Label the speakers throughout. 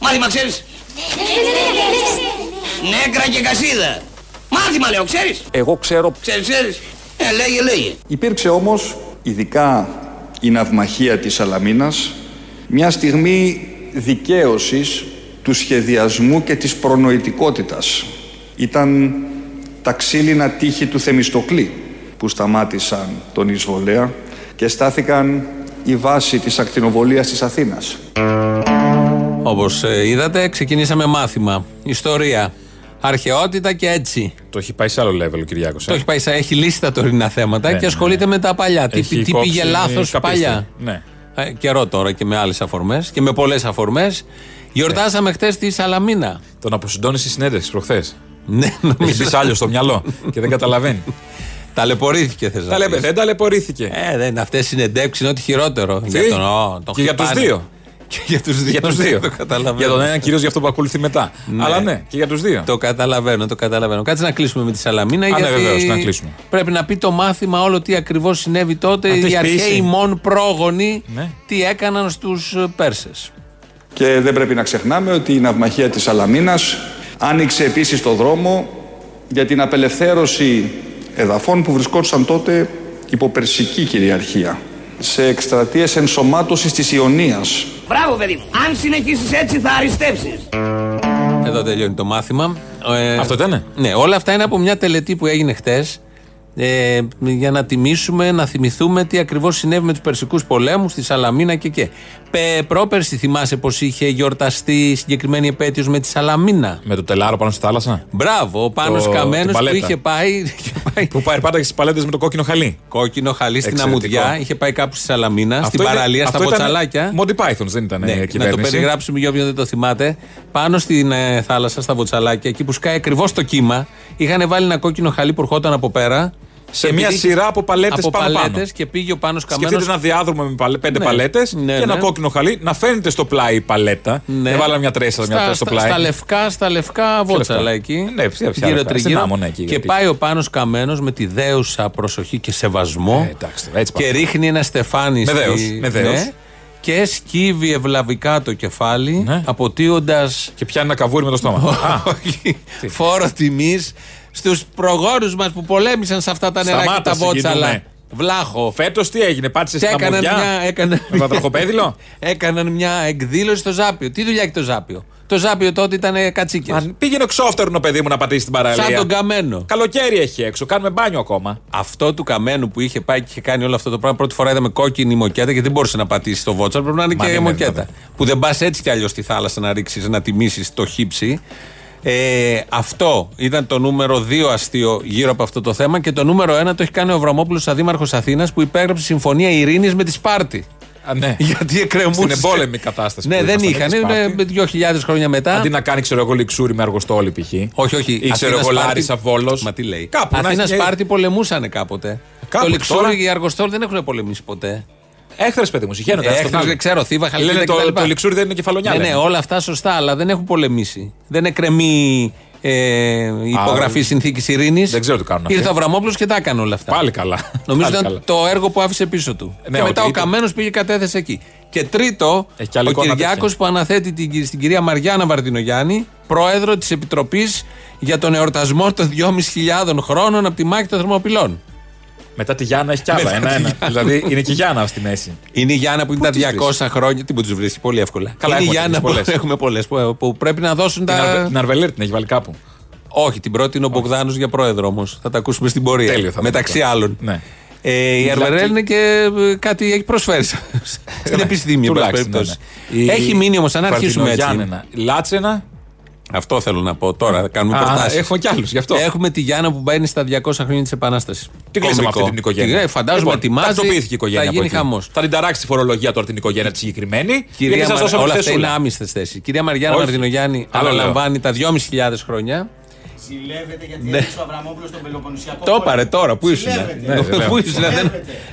Speaker 1: Μάθημα ξέρεις. Νέκρα και κασίδα. Μάθημα λέω, ξέρεις.
Speaker 2: Εγώ ξέρω.
Speaker 1: Ξέρεις, ξέρεις. Ε, λέγε, λέγε.
Speaker 2: Υπήρξε όμως, ειδικά η ναυμαχία της Σαλαμίνας, μια στιγμή δικαίωσης του σχεδιασμού και της προνοητικότητας. Ήταν τα ξύλινα τείχη του Θεμιστοκλή που σταμάτησαν τον εισβολέα και στάθηκαν η βάση της ακτινοβολίας της Αθήνας.
Speaker 3: Όπως ε, είδατε, ξεκινήσαμε μάθημα. Ιστορία. Αρχαιότητα και έτσι.
Speaker 4: Το έχει πάει σε άλλο level ο ε. Κυριάκος.
Speaker 3: Το έχει πάει, σε- έχει λύσει τα τωρινά θέματα
Speaker 4: Ναι,
Speaker 3: και
Speaker 4: ναι,
Speaker 3: ασχολείται
Speaker 4: ναι.
Speaker 3: με τα παλιά. Τι,
Speaker 4: Έχει
Speaker 3: τι
Speaker 4: κόψει ναι,
Speaker 3: πήγε λάθο
Speaker 4: καπίστη.
Speaker 3: παλιά.
Speaker 4: Ναι.
Speaker 3: Ε, καιρό τώρα και με άλλες αφορμές και με πολλές αφορμές.
Speaker 4: Ναι.
Speaker 3: Γιορτάσαμε χτες τη Σαλαμίνα.
Speaker 4: Τον αποσυντώνεις στη συνέντευξη προχθές.
Speaker 3: Ναι,
Speaker 4: Έχει
Speaker 3: νομίζω.
Speaker 4: μπει άλλο στο μυαλό και δεν καταλαβαίνει.
Speaker 3: Ταλαιπωρήθηκε, θε να
Speaker 4: Τα λέμε,
Speaker 3: πεις.
Speaker 4: δεν ταλαιπωρήθηκε.
Speaker 3: Ε, δεν, αυτές οι συνεντεύξεις είναι ό,τι χειρότερο. Για τον, ο, τον
Speaker 4: Και για τους
Speaker 3: χτυπάνε.
Speaker 4: δύο.
Speaker 3: Και για τους δύο. ναι,
Speaker 4: Για τους δύο.
Speaker 3: Το καταλαβαίνω.
Speaker 4: Για τον ένα κυρίως για αυτό που ακολουθεί μετά. Αλλά ναι, και για τους δύο.
Speaker 3: Το καταλαβαίνω, το καταλαβαίνω. Κάτσε να κλείσουμε με τη Σαλαμίνα.
Speaker 4: ναι,
Speaker 3: γιατί
Speaker 4: βεβαίως, να κλείσουμε.
Speaker 3: Πρέπει να πει το μάθημα όλο τι ακριβώς συνέβη τότε.
Speaker 4: Α, το
Speaker 3: οι
Speaker 4: έχεις
Speaker 3: αρχαίοι
Speaker 4: ποιήσει.
Speaker 3: μόν πρόγονοι
Speaker 4: Ναι.
Speaker 3: τι έκαναν ε, στου Πέρσες.
Speaker 2: Και δεν πρέπει να ξεχνάμε ότι η ναυμαχία της Αλαμίνας άνοιξε επίσης το δρόμο για την απελευθέρωση εδαφών που βρισκόντουσαν τότε υπό περσική κυριαρχία σε εκστρατείες ενσωμάτωσης της Ιωνίας.
Speaker 1: Μπράβο, παιδί μου. Αν συνεχίσεις έτσι θα αριστέψεις.
Speaker 3: Εδώ τελειώνει το μάθημα. Ε,
Speaker 4: Αυτό ήτανε?
Speaker 3: Ναι, όλα αυτά είναι από μια τελετή που έγινε χτες. Ε, για να τιμήσουμε, να θυμηθούμε τι ακριβώς συνέβη με τους Περσικούς πολέμους, στη Σαλαμίνα και και. Πε, πρόπερση θυμάσαι πως είχε γιορταστεί η συγκεκριμένη επέτειος με τη Σαλαμίνα.
Speaker 4: Με το τελάρο πάνω στη θάλασσα.
Speaker 3: Μπράβο, ο Πάνος
Speaker 4: Το- την
Speaker 3: Καμένος που
Speaker 4: παλέτα.
Speaker 3: είχε πάει, είχε πάει
Speaker 4: Που πάει πάντα στις παλέτες με το κόκκινο χαλί.
Speaker 3: κόκκινο χαλί στην
Speaker 4: Εξαιρετικό.
Speaker 3: Αμμουδιά, είχε πάει κάπου στη Σαλαμίνα, στην
Speaker 4: είναι-
Speaker 3: παραλία, στα
Speaker 4: αυτό ήταν
Speaker 3: βοτσαλάκια.
Speaker 4: Monty Python δεν ήταν
Speaker 3: Ναι,
Speaker 4: η
Speaker 3: να το
Speaker 4: κυβέρνηση.
Speaker 3: περιγράψουμε για όποιον δεν το θυμάται. Πάνω στην ε, θάλασσα, στα βοτσαλάκια, εκεί που σκάει ακριβώς το κύμα, είχαν βάλει ένα κόκκινο χαλί που ερχόταν από πέρα.
Speaker 4: Σε
Speaker 3: Και
Speaker 4: μια
Speaker 3: επειδή-
Speaker 4: σειρά από παλέτες
Speaker 3: από
Speaker 4: πάνω-πάνω.
Speaker 3: παλέτες και πήγε ο Πάνος
Speaker 4: Σκεφτείτε
Speaker 3: Καμένος
Speaker 4: ένα διάδρομο με παλε- πέντε
Speaker 3: Ναι.
Speaker 4: παλέτες
Speaker 3: Ναι,
Speaker 4: και ένα
Speaker 3: ναι.
Speaker 4: κόκκινο χαλί να φαίνεται στο πλάι η παλέτα.
Speaker 3: Ναι.
Speaker 4: Δεν Ε, βάλαμε μια τρέσσα, μια
Speaker 3: στα,
Speaker 4: τρέσσα στο
Speaker 3: στα,
Speaker 4: πλάι.
Speaker 3: στα λευκά, στα λευκά βότσαλα
Speaker 4: λευκά.
Speaker 3: εκεί.
Speaker 4: Ναι, ψ- ψ- ψ- λευκά. Στην άμμονα εκεί,
Speaker 3: Και
Speaker 4: γιατί.
Speaker 3: πάει ο Πάνος Καμένος με τη δέουσα προσοχή και σεβασμό.
Speaker 4: Ε, εντάξει τώρα, έτσι
Speaker 3: και
Speaker 4: πάμε.
Speaker 3: ρίχνει ένα στεφάνι
Speaker 4: Με
Speaker 3: στη- Ναι.
Speaker 4: δέος, με δέος.
Speaker 3: και σκύβει ευλαβικά το κεφάλι,
Speaker 4: Ναι.
Speaker 3: αποτείοντας.
Speaker 4: Και πιάνει ένα καβούρι με το στόμα. Α,
Speaker 3: φόρο τιμής στους προγόρους μας που πολέμησαν σε αυτά τα νερά και
Speaker 4: Σταμάτα,
Speaker 3: τα βότσαλα.
Speaker 4: συγκινούμε.
Speaker 3: Βλάχο.
Speaker 4: Φέτος τι έγινε, πάτησες
Speaker 3: Και
Speaker 4: στην
Speaker 3: έκαναν
Speaker 4: αμμουδιά.
Speaker 3: μια, έκαναν,
Speaker 4: Με βατραχοπέδιλο.
Speaker 3: έκαναν μια εκδήλωση στο Ζάπιο. Τι δουλειά έχει το Ζάπιο. Το Ζάπιο τότε ήταν κατσίκε.
Speaker 4: Αν πήγαινε ξόφτερνο παιδί μου να πατήσει την παραλία.
Speaker 3: Σαν τον καμένο.
Speaker 4: Καλοκαίρι έχει έξω, κάνουμε μπάνιο ακόμα.
Speaker 3: Αυτό του καμένου που είχε πάει και είχε κάνει όλο αυτό το πράγμα, πρώτη φορά είδαμε κόκκινη μοκέτα γιατί δεν μπορούσε να πατήσει το βότσαλ. Πρέπει να είναι
Speaker 4: Μα
Speaker 3: και
Speaker 4: ναι,
Speaker 3: η
Speaker 4: ναι,
Speaker 3: μοκέτα.
Speaker 4: βέβαια.
Speaker 3: Που δεν πας έτσι κι αλλιώς στη θάλασσα να ρίξεις, να τιμήσεις το χύψη. Ε, αυτό ήταν το νούμερο 2 αστείο γύρω από αυτό το θέμα. Και το νούμερο 1 το έχει κάνει ο Βραμόπουλο, αδήμαρχο Αθήνας, που υπέγραψε συμφωνία ειρήνης με τη Σπάρτη.
Speaker 4: Α, ναι.
Speaker 3: Γιατί εκκρεμούσε.
Speaker 4: Στην εμπόλεμη κατάσταση
Speaker 3: Ναι,
Speaker 4: που
Speaker 3: δεν
Speaker 4: ήμασταν,
Speaker 3: είχαν.
Speaker 4: έτσι,
Speaker 3: Είναι
Speaker 4: Σπάρτη.
Speaker 3: 2.000 χρόνια μετά.
Speaker 4: Αντί να κάνει, ξέρω εγώ, λιξούρι με αργοστόλη π.χ.
Speaker 3: Όχι, όχι.
Speaker 4: Ή ξέρω εγώ,
Speaker 3: Σπάρτη-
Speaker 4: Λάρισα Βόλος.
Speaker 3: Μα τι λέει.
Speaker 4: Κάπου να
Speaker 3: Αθήνα
Speaker 4: έχει-
Speaker 3: Σπάρτη πολεμούσαν κάποτε.
Speaker 4: Κάπου
Speaker 3: το Λιξόρι
Speaker 4: τώρα.
Speaker 3: και η Αργοστόλ δεν έχουν πολεμήσει ποτέ.
Speaker 4: Έχθρες, παιδί μου, συγχαίρονται.
Speaker 3: Ε,
Speaker 4: ένας τον
Speaker 3: έχθρες,
Speaker 4: άλλον.
Speaker 3: ξέρω, Θήβα, Χαλκίδα
Speaker 4: Λένε
Speaker 3: κτλ.
Speaker 4: το, το λιξούρι δεν είναι κεφαλονιά.
Speaker 3: Ναι, ναι,
Speaker 4: λένε.
Speaker 3: όλα αυτά σωστά, αλλά δεν έχουν πολεμήσει. Δεν εκκρεμεί ε, υπογραφή
Speaker 4: Α,
Speaker 3: συνθήκης ειρήνης.
Speaker 4: δεν ξέρω τι κάνουν αυτοί.
Speaker 3: Ήρθε ο Αβραμόπουλος και τα έκανε όλα αυτά.
Speaker 4: Πάλι καλά.
Speaker 3: Νομίζω
Speaker 4: Πάλι
Speaker 3: ήταν
Speaker 4: καλά.
Speaker 3: το έργο που άφησε πίσω του.
Speaker 4: Ναι,
Speaker 3: και
Speaker 4: ότι
Speaker 3: μετά ο
Speaker 4: ήταν.
Speaker 3: Καμένος πήγε και κατέθεσε εκεί. Και τρίτο,
Speaker 4: Έχει κι άλλη
Speaker 3: ο
Speaker 4: εικόνα
Speaker 3: Κυριάκος
Speaker 4: τέτοια.
Speaker 3: που αναθέτει την, κυ- στην κυρία Μαριάννα Βαρδινογιάννη, πρόεδρο της Επιτροπής για τον εορτασμό των 2.500 χρόνων από τη μάχη των Θερμοπυλών.
Speaker 4: Μετά τη Γιάννα έχει κι άλλα.
Speaker 3: Μετά Ναι, τη
Speaker 4: Ένα-ένα.
Speaker 3: Γιάννα.
Speaker 4: Δηλαδή είναι και η Γιάννα στη μέση.
Speaker 3: Είναι η Γιάννα που είναι
Speaker 4: τις
Speaker 3: τα 200 χρόνια. Τι που του βρίσκει, πολύ εύκολα.
Speaker 4: Καλά,
Speaker 3: είναι η
Speaker 4: έχουμε
Speaker 3: Γιάννα
Speaker 4: τις
Speaker 3: που
Speaker 4: πολλές.
Speaker 3: έχουμε πολλές που, που πρέπει να δώσουν
Speaker 4: Την Αρβε-
Speaker 3: τα.
Speaker 4: Την Αρβελέρ την έχει βάλει κάπου.
Speaker 3: Όχι, την πρώτη είναι ο Μπογδάνος για πρόεδρο όμως. Θα τα ακούσουμε στην πορεία.
Speaker 4: Τέλειο θα
Speaker 3: Μεταξύ
Speaker 4: είναι αυτό.
Speaker 3: άλλων.
Speaker 4: Ναι.
Speaker 3: Ε, η
Speaker 4: Μιλάτε-
Speaker 3: Αρβερέλ είναι και ε, κάτι έχει προσφέρει στην
Speaker 4: Ναι,
Speaker 3: επιστήμη. εν πάση
Speaker 4: τουλάχιστον,
Speaker 3: περιπτώσει.
Speaker 4: ναι, ναι.
Speaker 3: Έχει
Speaker 4: Η-
Speaker 3: μείνει όμως, αν αρχίσουμε έτσι.
Speaker 4: Βαρδινογιάννενα. Λάτσενα.
Speaker 3: Αυτό θέλω να πω τώρα. Κάνουμε
Speaker 4: Α,
Speaker 3: προτάσεις.
Speaker 4: έχω κι άλλους γι' αυτό.
Speaker 3: Έχουμε τη Γιάννα που μπαίνει στα 200 χρόνια της Επανάστασης.
Speaker 4: Τι κλείσαμε αυτή την οικογένεια.
Speaker 3: ε, Φαντάζομαι
Speaker 4: Λοιπόν,
Speaker 3: ετοιμάζει.
Speaker 4: Τακτοποιήθηκε η οικογένεια.
Speaker 3: Θα
Speaker 4: από
Speaker 3: γίνει
Speaker 4: εκεί.
Speaker 3: χαμός.
Speaker 4: Θα την ταράξει τη φορολογία τώρα την οικογένεια τη συγκεκριμένη. και
Speaker 3: Κυρία
Speaker 4: θα σας
Speaker 3: Μαρα...
Speaker 4: δώσω
Speaker 3: Όλα
Speaker 4: αυτή
Speaker 3: αυτά
Speaker 4: τη
Speaker 3: είναι άμυστες θέσεις. Η κυρία Μαριάννα
Speaker 4: Όχι.
Speaker 3: Μαρδινογιάννη
Speaker 4: Άλλο λέω.
Speaker 3: αναλαμβάνει τα 2.500 χρόνια.
Speaker 5: Συλλεύεται γιατί έδειξε ο Αβραμόπουλο τον Πελοποννησιακό.
Speaker 3: Ναι. Το
Speaker 5: πόλεμο.
Speaker 3: έπαρε τώρα, πού ήσουν. ε?
Speaker 5: Συλλεύεται.
Speaker 4: Ναι, βέβαια.
Speaker 3: Πού ήσουν, δεν...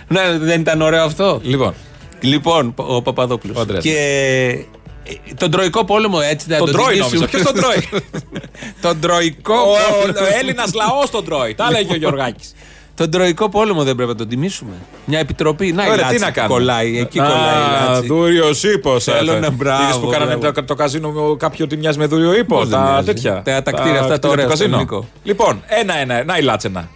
Speaker 3: Ναι, δεν ήταν ωραίο αυτό.
Speaker 4: Λοιπόν,
Speaker 3: Λοιπόν, ο
Speaker 4: Ο
Speaker 3: Παπαδόπουλο.
Speaker 4: Ανδρέας.
Speaker 3: Και ε, τον Τροϊκό πόλεμο έτσι δεν
Speaker 4: τον τρώει νόμιζα.
Speaker 3: νόμιζα.
Speaker 4: Ποιος τον τρώει.
Speaker 3: τον Τροϊκό
Speaker 4: Ο
Speaker 3: πόλεμο. Λοιπόν.
Speaker 4: Έλληνας λαός τον τρώει. Τα λέγει ο Γιωργάκης.
Speaker 3: Τον Τροϊκό πόλεμο δεν πρέπει να τον τιμήσουμε. Μια επιτροπή. Να η
Speaker 4: Ωραία, τι
Speaker 3: λάτση
Speaker 4: να
Speaker 3: που
Speaker 4: κάνουμε.
Speaker 3: κολλάει. Εκεί κολλάει η
Speaker 4: Α,
Speaker 3: λάτση.
Speaker 4: δούριο ύπο.
Speaker 3: Θέλω να- μπράβο,
Speaker 4: που κάνανε
Speaker 3: μπράβο.
Speaker 4: το, το καζίνο με κάποιο ότι μοιάζει με δούριο ύπο.
Speaker 3: Πώς δεν
Speaker 4: Τα
Speaker 3: μοιάζει.
Speaker 4: τέτοια.
Speaker 3: Τα- τα κτίρια αυτά,
Speaker 4: του
Speaker 3: το ωραίο, το
Speaker 4: καζίνο.
Speaker 3: ελληνικό.
Speaker 4: Λοιπόν, ένα-ένα. Να η λάτσενα.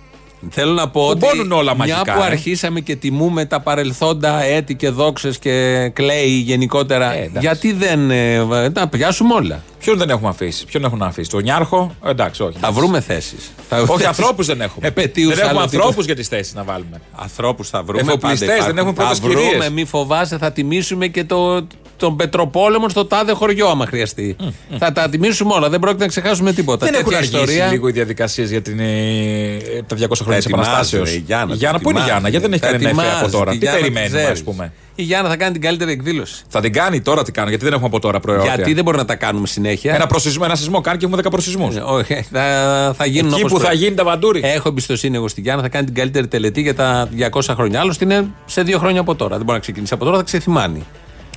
Speaker 3: Θέλω να πω ότι
Speaker 4: Κουμπώνουν όλα
Speaker 3: μια
Speaker 4: μαγικά,
Speaker 3: που
Speaker 4: ε.
Speaker 3: αρχίσαμε και τιμούμε τα παρελθόντα έτη και δόξες και κλαίει γενικότερα,
Speaker 4: Ε, εντάξει.
Speaker 3: γιατί δεν ε, βα- να πιάσουμε όλα.
Speaker 4: Ποιον δεν έχουμε αφήσει. Ποιον έχουν αφήσει. Το νιάρχο. Εντάξει, όχι.
Speaker 3: Θα βρούμε θέσεις. Θα-
Speaker 4: Όχι,
Speaker 3: θέσεις-
Speaker 4: ανθρώπους δεν έχουμε.
Speaker 3: Επαιτίους
Speaker 4: δεν έχουμε
Speaker 3: άλλου τύπου.
Speaker 4: ανθρώπους για τις θέσεις να βάλουμε.
Speaker 3: Ανθρώπους θα βρούμε.
Speaker 4: Εφοπλιστές,
Speaker 3: πάντα υπάρχουν.
Speaker 4: δεν έχουμε πρώτες
Speaker 3: Θα βρούμε,
Speaker 4: κυρίες.
Speaker 3: μη φοβάσαι, θα τιμήσουμε και το, τον Πετροπόλεμο στο τάδε χωριό, άμα χρειαστεί. Θα τα τιμήσουμε όλα, δεν πρόκειται να ξεχάσουμε τίποτα.
Speaker 4: Δεν έχουν
Speaker 3: Τέτοια
Speaker 4: αργήσει λίγο οι διαδικασίες για την, ε, ε, τα 200 χρόνια της
Speaker 6: ετοιμάζεται
Speaker 4: Επαναστάσεως.
Speaker 6: η Γιάννα, τη
Speaker 4: πού είναι
Speaker 6: ετοιμάζεται.
Speaker 4: η Γιάννα, γιατί δεν έχει
Speaker 3: Θα
Speaker 4: κανένα εφέ από
Speaker 3: ετοιμάζεται,
Speaker 4: τώρα.
Speaker 3: η
Speaker 4: Τι
Speaker 3: Γιάννα
Speaker 4: περιμένουμε,
Speaker 3: ξέρεις.
Speaker 4: ας πούμε.
Speaker 3: Η Γιάννα θα κάνει την καλύτερη εκδήλωση.
Speaker 4: Θα την κάνει τώρα τι κάνω, γιατί δεν έχουμε από τώρα προεόρια.
Speaker 3: Γιατί δεν μπορούμε να τα κάνουμε συνέχεια.
Speaker 4: Ε, Ένα, προσυσμό, ένα σεισμό κάνει και έχουμε 10 προσυσμού.
Speaker 3: Ε, Όχι, θα, θα γίνουν
Speaker 4: Εκεί
Speaker 3: όπως
Speaker 4: που θα
Speaker 3: πρέπει. Ε,
Speaker 4: γίνει τα βαντούρη.
Speaker 3: Έχω εμπιστοσύνη εγώ στην Γιάννα, θα κάνει την καλύτερη τελετή για τα 200 χρόνια. Άλλωστε είναι σε δύο χρόνια από τώρα. Δεν μπορεί να ξεκινήσει από τώρα, θα ξεθυμάνει.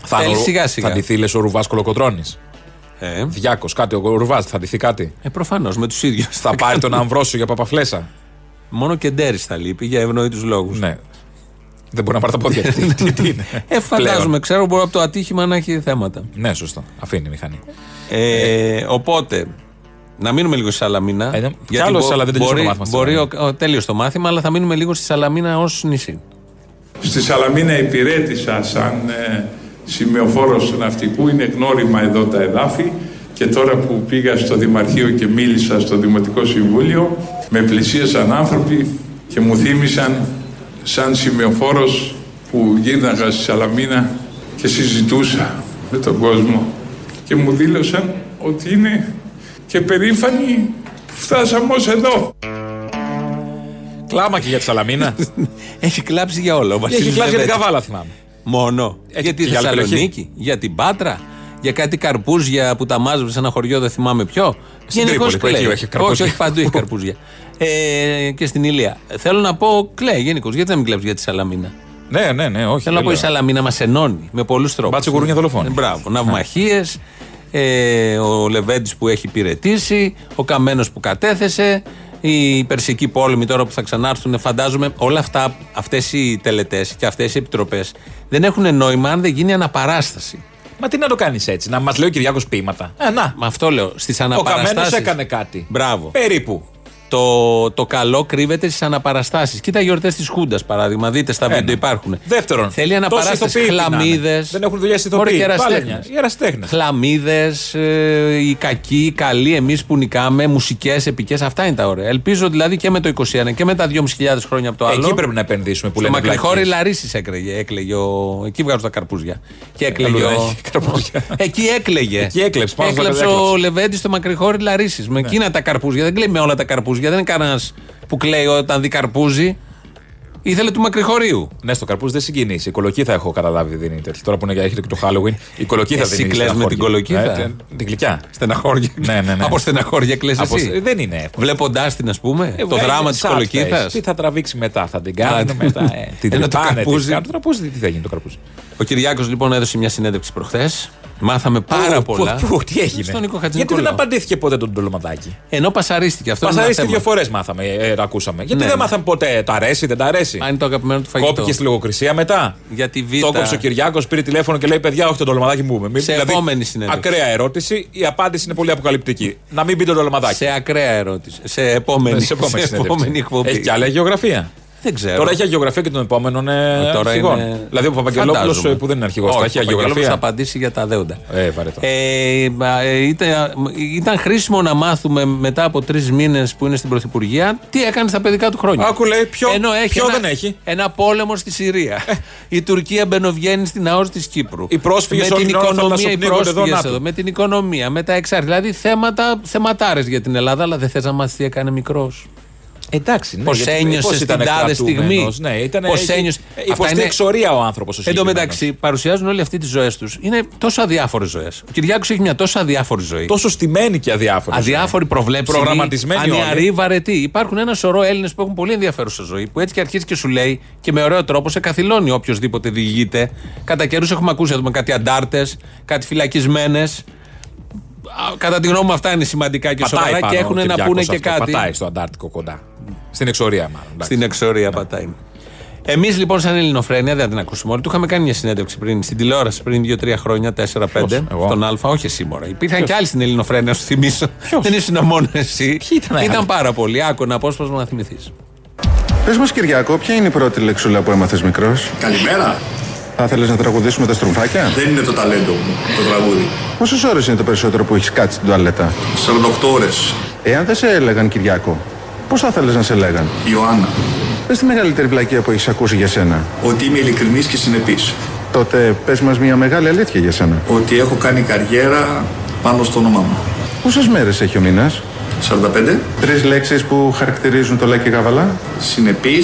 Speaker 4: θα
Speaker 3: θέλει
Speaker 4: ο-
Speaker 3: σιγά σιγά.
Speaker 4: Θα ντυθεί, λες, ο Ρουβάς Κολοκοτρόνη.
Speaker 3: Ε,
Speaker 4: Διάκος, κάτι. Ο Ρουβάς θα ντυθεί κάτι.
Speaker 3: ε προφανώς με τους ίδιους.
Speaker 4: Θα πάρει τον Αμβρόσιο για παπαφλέσα.
Speaker 3: Μόνο και Ντέρις θα λείπει για ευνοήτου λόγους.
Speaker 4: Ναι. Δεν μπορεί να πάρει τα πόδια. Τι- τι- τι είναι.
Speaker 3: Ε, φαντάζομαι,
Speaker 4: Πλέον.
Speaker 3: ξέρω μπορεί από το ατύχημα να έχει θέματα.
Speaker 4: Ναι, σωστά. Αφήνει η μηχανή.
Speaker 3: Ε, οπότε, να μείνουμε λίγο στη Σαλαμίνα.
Speaker 4: Ε, ναι. Κι άλλο στη Σαλαμίνα, δεν
Speaker 3: μπορεί,
Speaker 4: τελείωσε το μάθημα στη
Speaker 3: μπορεί ο, ο, τέλειωσε το μάθημα, αλλά θα μείνουμε λίγο στη Σαλαμίνα ως νησί.
Speaker 7: Στη Σαλαμίνα υπηρέτησα σαν ε, σημειοφόρος ναυτικού, είναι γνώριμα εδώ τα εδάφη και τώρα που πήγα στο Δημαρχείο και μίλησα στο Δημοτικό Συμβούλιο με πλησίασαν άνθρωποι και μου θύμισαν σαν σημειοφόρος που γύρναγα στη Σαλαμίνα και συζητούσα με τον κόσμο και μου δήλωσαν ότι είναι και περήφανοι που φτάσαμε ως εδώ.
Speaker 4: Κλάμα και για τη Σαλαμίνα.
Speaker 3: Έχει κλάψει για όλα. ο
Speaker 4: Έχει
Speaker 3: Βασίλης
Speaker 4: κλάσει για την
Speaker 3: Λεβέντης.
Speaker 4: καβάλα, θυμάμαι.
Speaker 3: Μόνο.
Speaker 4: Ε,
Speaker 3: για τη
Speaker 4: και για άλλη
Speaker 3: Θεσσαλονίκη, για την Πάτρα, για κάτι καρπούζια που τα μάζευε σε ένα χωριό, δεν θυμάμαι ποιο.
Speaker 4: Στην
Speaker 3: Γενικώς
Speaker 4: Τρίπολη,
Speaker 3: κλαίει.
Speaker 4: εκεί έχει καρπούζια.
Speaker 3: Όχι, όχι, παντού έχει καρπούζια. Ε, και στην Ηλία. Θέλω να πω, κλαίει γενικώς. Γιατί να μην κλέψεις για τη Σαλαμίνα.
Speaker 4: Ναι, ναι, ναι, όχι.
Speaker 3: Θέλω
Speaker 4: δεν
Speaker 3: να πω, η
Speaker 4: λέω.
Speaker 3: Σαλαμίνα μας ενώνει με πολλούς τρόπους.
Speaker 4: Μπάτσο γουρούνια δολοφόνη.
Speaker 3: Μπράβο. Ναυμαχίες, ε, ο Λεβέντης που έχει υπηρετήσει, ο Καμένος που κατέθεσε, οι Περσικοί πόλεμοι τώρα που θα ξανάρθουν. Φαντάζομαι όλα αυτά, αυτές οι τελετές και αυτές οι επιτροπές δεν έχουν νόημα αν δεν γίνει αναπαράσταση.
Speaker 4: Μα τι να το κάνεις έτσι, να μας λέει ο Κυριάκος ποίηματα. Ε, να.
Speaker 3: Με αυτό λέω. Στις
Speaker 4: Ο Καμένος
Speaker 3: αναπαραστάσεις.
Speaker 4: έκανε κάτι.
Speaker 3: Μπράβο.
Speaker 4: Περίπου.
Speaker 3: Το, το καλό κρύβεται στις αναπαραστάσεις. Κοίτα οι γιορτές της Χούντας, παράδειγμα. Δείτε στα βίντεο,
Speaker 4: Ένα.
Speaker 3: υπάρχουν.
Speaker 4: Δεύτερον,
Speaker 3: θέλει
Speaker 4: τόσοι
Speaker 3: αναπαράσταση.
Speaker 4: ηθοποιοί τι να είναι.
Speaker 3: Χλαμίδες.
Speaker 4: Δεν έχουν δουλειά οι ηθοποιοί. Πάλι μια. Οι ερασιτέχνες.
Speaker 3: Χλαμίδες, ε, οι κακοί, οι καλοί, εμείς που νικάμε, μουσικές, επικές. Αυτά είναι τα ωραία. Ελπίζω δηλαδή και με το 21 και με τα 2.500 χρόνια από το άλλο.
Speaker 4: Εκεί πρέπει να επενδύσουμε που
Speaker 3: Το
Speaker 4: λέμε.
Speaker 3: μακριχώρι
Speaker 4: βλακίες.
Speaker 3: Λαρίσης έκλαιγε. έκλαιγε ο... Εκεί βγάζουν τα καρπούζια. Και έκλαιγε.
Speaker 4: αλλού δεν
Speaker 3: Ο...
Speaker 4: έχει καρπούζια.
Speaker 3: Εκεί έκλαιγε.
Speaker 4: Εκεί έκλεψε, πάνω στο
Speaker 3: Έκλεψε
Speaker 4: λεβέντι
Speaker 3: ο
Speaker 4: έκλεψε.
Speaker 3: Λεβέντης στο μακριχώρι Λαρίσης
Speaker 4: Ναι.
Speaker 3: Με εκείνα τα καρπούζια. Δεν κλαίει με όλα τα καρπούζια. Δεν είναι κανένας που κλαίει όταν δει καρπούζι. Ήθελε του μακριχωρίου.
Speaker 4: Ναι, στο καρπούζι δεν συγκινήσει. Η κολοκύθα θα έχω καταλάβει δίνει τέτοιο. Τώρα που είναι για έχετε και το Halloween, η κολοκύθα
Speaker 3: Εσύ
Speaker 4: δίνει.
Speaker 3: κλαις με
Speaker 4: στεναχώρια.
Speaker 3: την κολοκύθα?
Speaker 4: Ε, τε- Την γλυκιά.
Speaker 3: Στεναχώρια.
Speaker 4: Ναι, ναι, ναι.
Speaker 3: Από στεναχώρια κλαις
Speaker 4: Από-
Speaker 3: εσύ.
Speaker 4: Δεν είναι εύκολο.
Speaker 3: Βλέποντάς την, ας πούμε,
Speaker 4: Ε,
Speaker 3: το
Speaker 4: ε,
Speaker 3: δράμα
Speaker 4: είναι
Speaker 3: τη
Speaker 4: sad
Speaker 3: κολοκύθας.
Speaker 4: face. Τι θα τραβήξει μετά, θα την κάνουν
Speaker 3: Α,
Speaker 4: μετά. ε, Την
Speaker 3: ενώ
Speaker 4: τρυπάνε,
Speaker 3: το
Speaker 4: την
Speaker 3: καρπούζι-
Speaker 4: κάνουν. Το καρπούζι, τι θα γίνει το καρπούζι.
Speaker 3: Ο Κυριάκος λοιπόν έδωσε μια συνέντευξη προχθές. Μάθαμε πάρα
Speaker 4: Πού-
Speaker 3: πολλά.
Speaker 4: πού- πού- Τι έγινε.
Speaker 3: Στον
Speaker 4: Γιατί
Speaker 3: Νίκο
Speaker 4: δεν
Speaker 3: Χατζηνικολάου.
Speaker 4: απαντήθηκε ποτέ τον Ντολοματάκη.
Speaker 3: Ενώ πασαρίστηκε αυτό. είναι ένα
Speaker 4: Πασαρίστηκε
Speaker 3: θέμα.
Speaker 4: δύο φορές μάθαμε, ε, ε, ακούσαμε. Γιατί
Speaker 3: Ναι,
Speaker 4: δεν
Speaker 3: ναι.
Speaker 4: μάθαμε ποτέ, τα αρέσει, δεν τα αρέσει.
Speaker 3: Αν είναι το αγαπημένο του φαγητό.
Speaker 4: Κόπηκε στη λογοκρισία μετά.
Speaker 3: Για τη Β.
Speaker 4: Το κόψε ο Κυριάκος, πήρε τηλέφωνο και λέει: Παιδιά, όχι τον τολμαδάκι μου. Μην...
Speaker 3: Σε επόμενη συνέντευξη.
Speaker 4: Ακραία ερώτηση. Η απάντηση είναι πολύ αποκαλυπτική. Να μην πει τον τολμαδάκι.
Speaker 3: Σε ακραία ερώτηση. Σε επόμενη,
Speaker 4: Σε επόμενη,
Speaker 3: σε επόμενη εκπομπή.
Speaker 4: Έχει και άλλα γεωγραφία.
Speaker 3: Δεν ξέρω.
Speaker 4: Τώρα έχει αγιογραφία και των επόμενων ε,
Speaker 3: Ε, τώρα
Speaker 4: αρχηγών.
Speaker 3: είναι-
Speaker 4: Δηλαδή ο Παπαγγελόπουλος
Speaker 3: Φαντάζομαι.
Speaker 4: που δεν είναι αρχηγός,
Speaker 3: Όχι,
Speaker 4: θα έχει
Speaker 3: ο Παπαγγελόπουλος
Speaker 4: αγιογραφία.
Speaker 3: θα απαντήσει για τα δέοντα.
Speaker 4: Ε, βαρετό.
Speaker 3: Ε, μα, ε, ήταν, ήταν χρήσιμο να μάθουμε μετά από τρεις μήνες που είναι στην Πρωθυπουργία τι έκανε στα παιδικά του χρόνια.
Speaker 4: Άκου, λέει, ποιο- ποιο
Speaker 3: ένα,
Speaker 4: δεν έχει. Ε.
Speaker 3: Ένα πόλεμο στη Συρία. η Τουρκία μπαινοβγαίνει στην ΑΟΣ της Κύπρου.
Speaker 4: Οι πρόσφυγες
Speaker 3: με την
Speaker 4: όλη την ώρα θέλουν να
Speaker 3: οικονομία, οι
Speaker 4: σοπνίγονται εδώ,
Speaker 3: πρόσφυγες
Speaker 4: να του.
Speaker 3: εδώ, με την οικονομία, με τα εξάρτητα. Δηλαδή θέματα θεματάρες για την Ελλάδα, αλλά δεν θες να μάθεις τι έκανε μικρός.
Speaker 4: Εντάξει, ναι,
Speaker 3: Πώς
Speaker 4: γιατί-
Speaker 3: ένιωσες
Speaker 4: πώς
Speaker 3: στην
Speaker 4: ήταν
Speaker 3: τάδε στιγμή.
Speaker 4: κρατούμενος, Ναι, ήταν.
Speaker 3: Πώς
Speaker 4: έχει-
Speaker 3: ένιωσες.
Speaker 4: ε,
Speaker 3: Αυτά
Speaker 4: Υποστεί
Speaker 3: είναι-
Speaker 4: εξορία ο άνθρωπος.
Speaker 3: Εν τω μεταξύ, παρουσιάζουν όλοι αυτοί τις ζωές τους. Είναι τόσο αδιάφορε ζωές. Ο Κυριάκος έχει μια τόσο αδιάφορη ζωή.
Speaker 4: Τόσο στημένη και αδιάφορη.
Speaker 3: Αδιάφοροι προβλέψει.
Speaker 4: Προγραμματισμένοι
Speaker 3: Ανιαροί,
Speaker 4: όλοι.
Speaker 3: βαρετοί. Υπάρχουν ένα σωρό Έλληνες που έχουν πολύ ενδιαφέρουσα ζωή, που έτσι και αρχίζει και σου λέει και με ωραίο τρόπο σε καθυλώνει οποιοδήποτε διηγείται. Κατά καιρούς έχουμε ακούσει εδώ κάτι αντάρτες, κάτι φυλακισμένες. Κατά τη γνώμη μου, αυτά είναι σημαντικά και
Speaker 4: Πατάει
Speaker 3: σοβαρά
Speaker 4: πάνω
Speaker 3: και
Speaker 4: ο
Speaker 3: έχουν να
Speaker 4: Κυριάκος
Speaker 3: πούνε
Speaker 4: αυτό,
Speaker 3: και κάτι.
Speaker 4: Πατάει στο Αντάρτικο κοντά. Στην εξορία, μάλλον. εντάξει.
Speaker 3: Στην εξορία πατάει. Εμείς λοιπόν, σαν Ελληνοφρένια, δεν θα την ακούσουμε όλοι. Του είχαμε κάνει μια συνέντευξη πριν στην τηλεόραση πριν 2-3 χρόνια, 4-5.
Speaker 4: εγώ?
Speaker 3: Στον Α, όχι εσύ μωρέ. Υπήρχαν και άλλοι στην Ελληνοφρένια, να σου θυμίσω. Δεν ήσουν μόνο εσύ.
Speaker 4: Ποιοι ήταν οι άλλοι?
Speaker 3: πάρα πολλοί. Άκου ένα απόσπασμα να θυμηθείς.
Speaker 6: Πες μας Κυριάκο, ποια είναι η πρώτη λεξούλα που έμαθες μικρός.
Speaker 8: Καλημέρα.
Speaker 6: Θα θέλεις να τραγουδήσουμε τα στρουμφάκια.
Speaker 8: Δεν είναι το ταλέντο μου το τραγούδι.
Speaker 6: Πόσες ώρες είναι το περισσότερο που έχεις κάτσει στην τουαλέτα.
Speaker 8: 48 ώρες.
Speaker 6: Εάν δεν σε έλεγαν Κυριάκο, πώς θα θέλεις να σε έλεγαν.
Speaker 8: Ιωάννα.
Speaker 6: Πες τη μεγαλύτερη βλακεία που έχεις ακούσει για σένα.
Speaker 8: Ότι είμαι ειλικρινής και συνεπής.
Speaker 6: Τότε πες μας μια μεγάλη αλήθεια για σένα.
Speaker 8: Ότι έχω κάνει καριέρα πάνω στο όνομά μου.
Speaker 6: Πόσες μέρες έχει ο μήνας.
Speaker 8: 45.
Speaker 6: Τρεις λέξεις που χαρακτηρίζουν το Λάκη Γαβαλά.
Speaker 8: Συνεπής,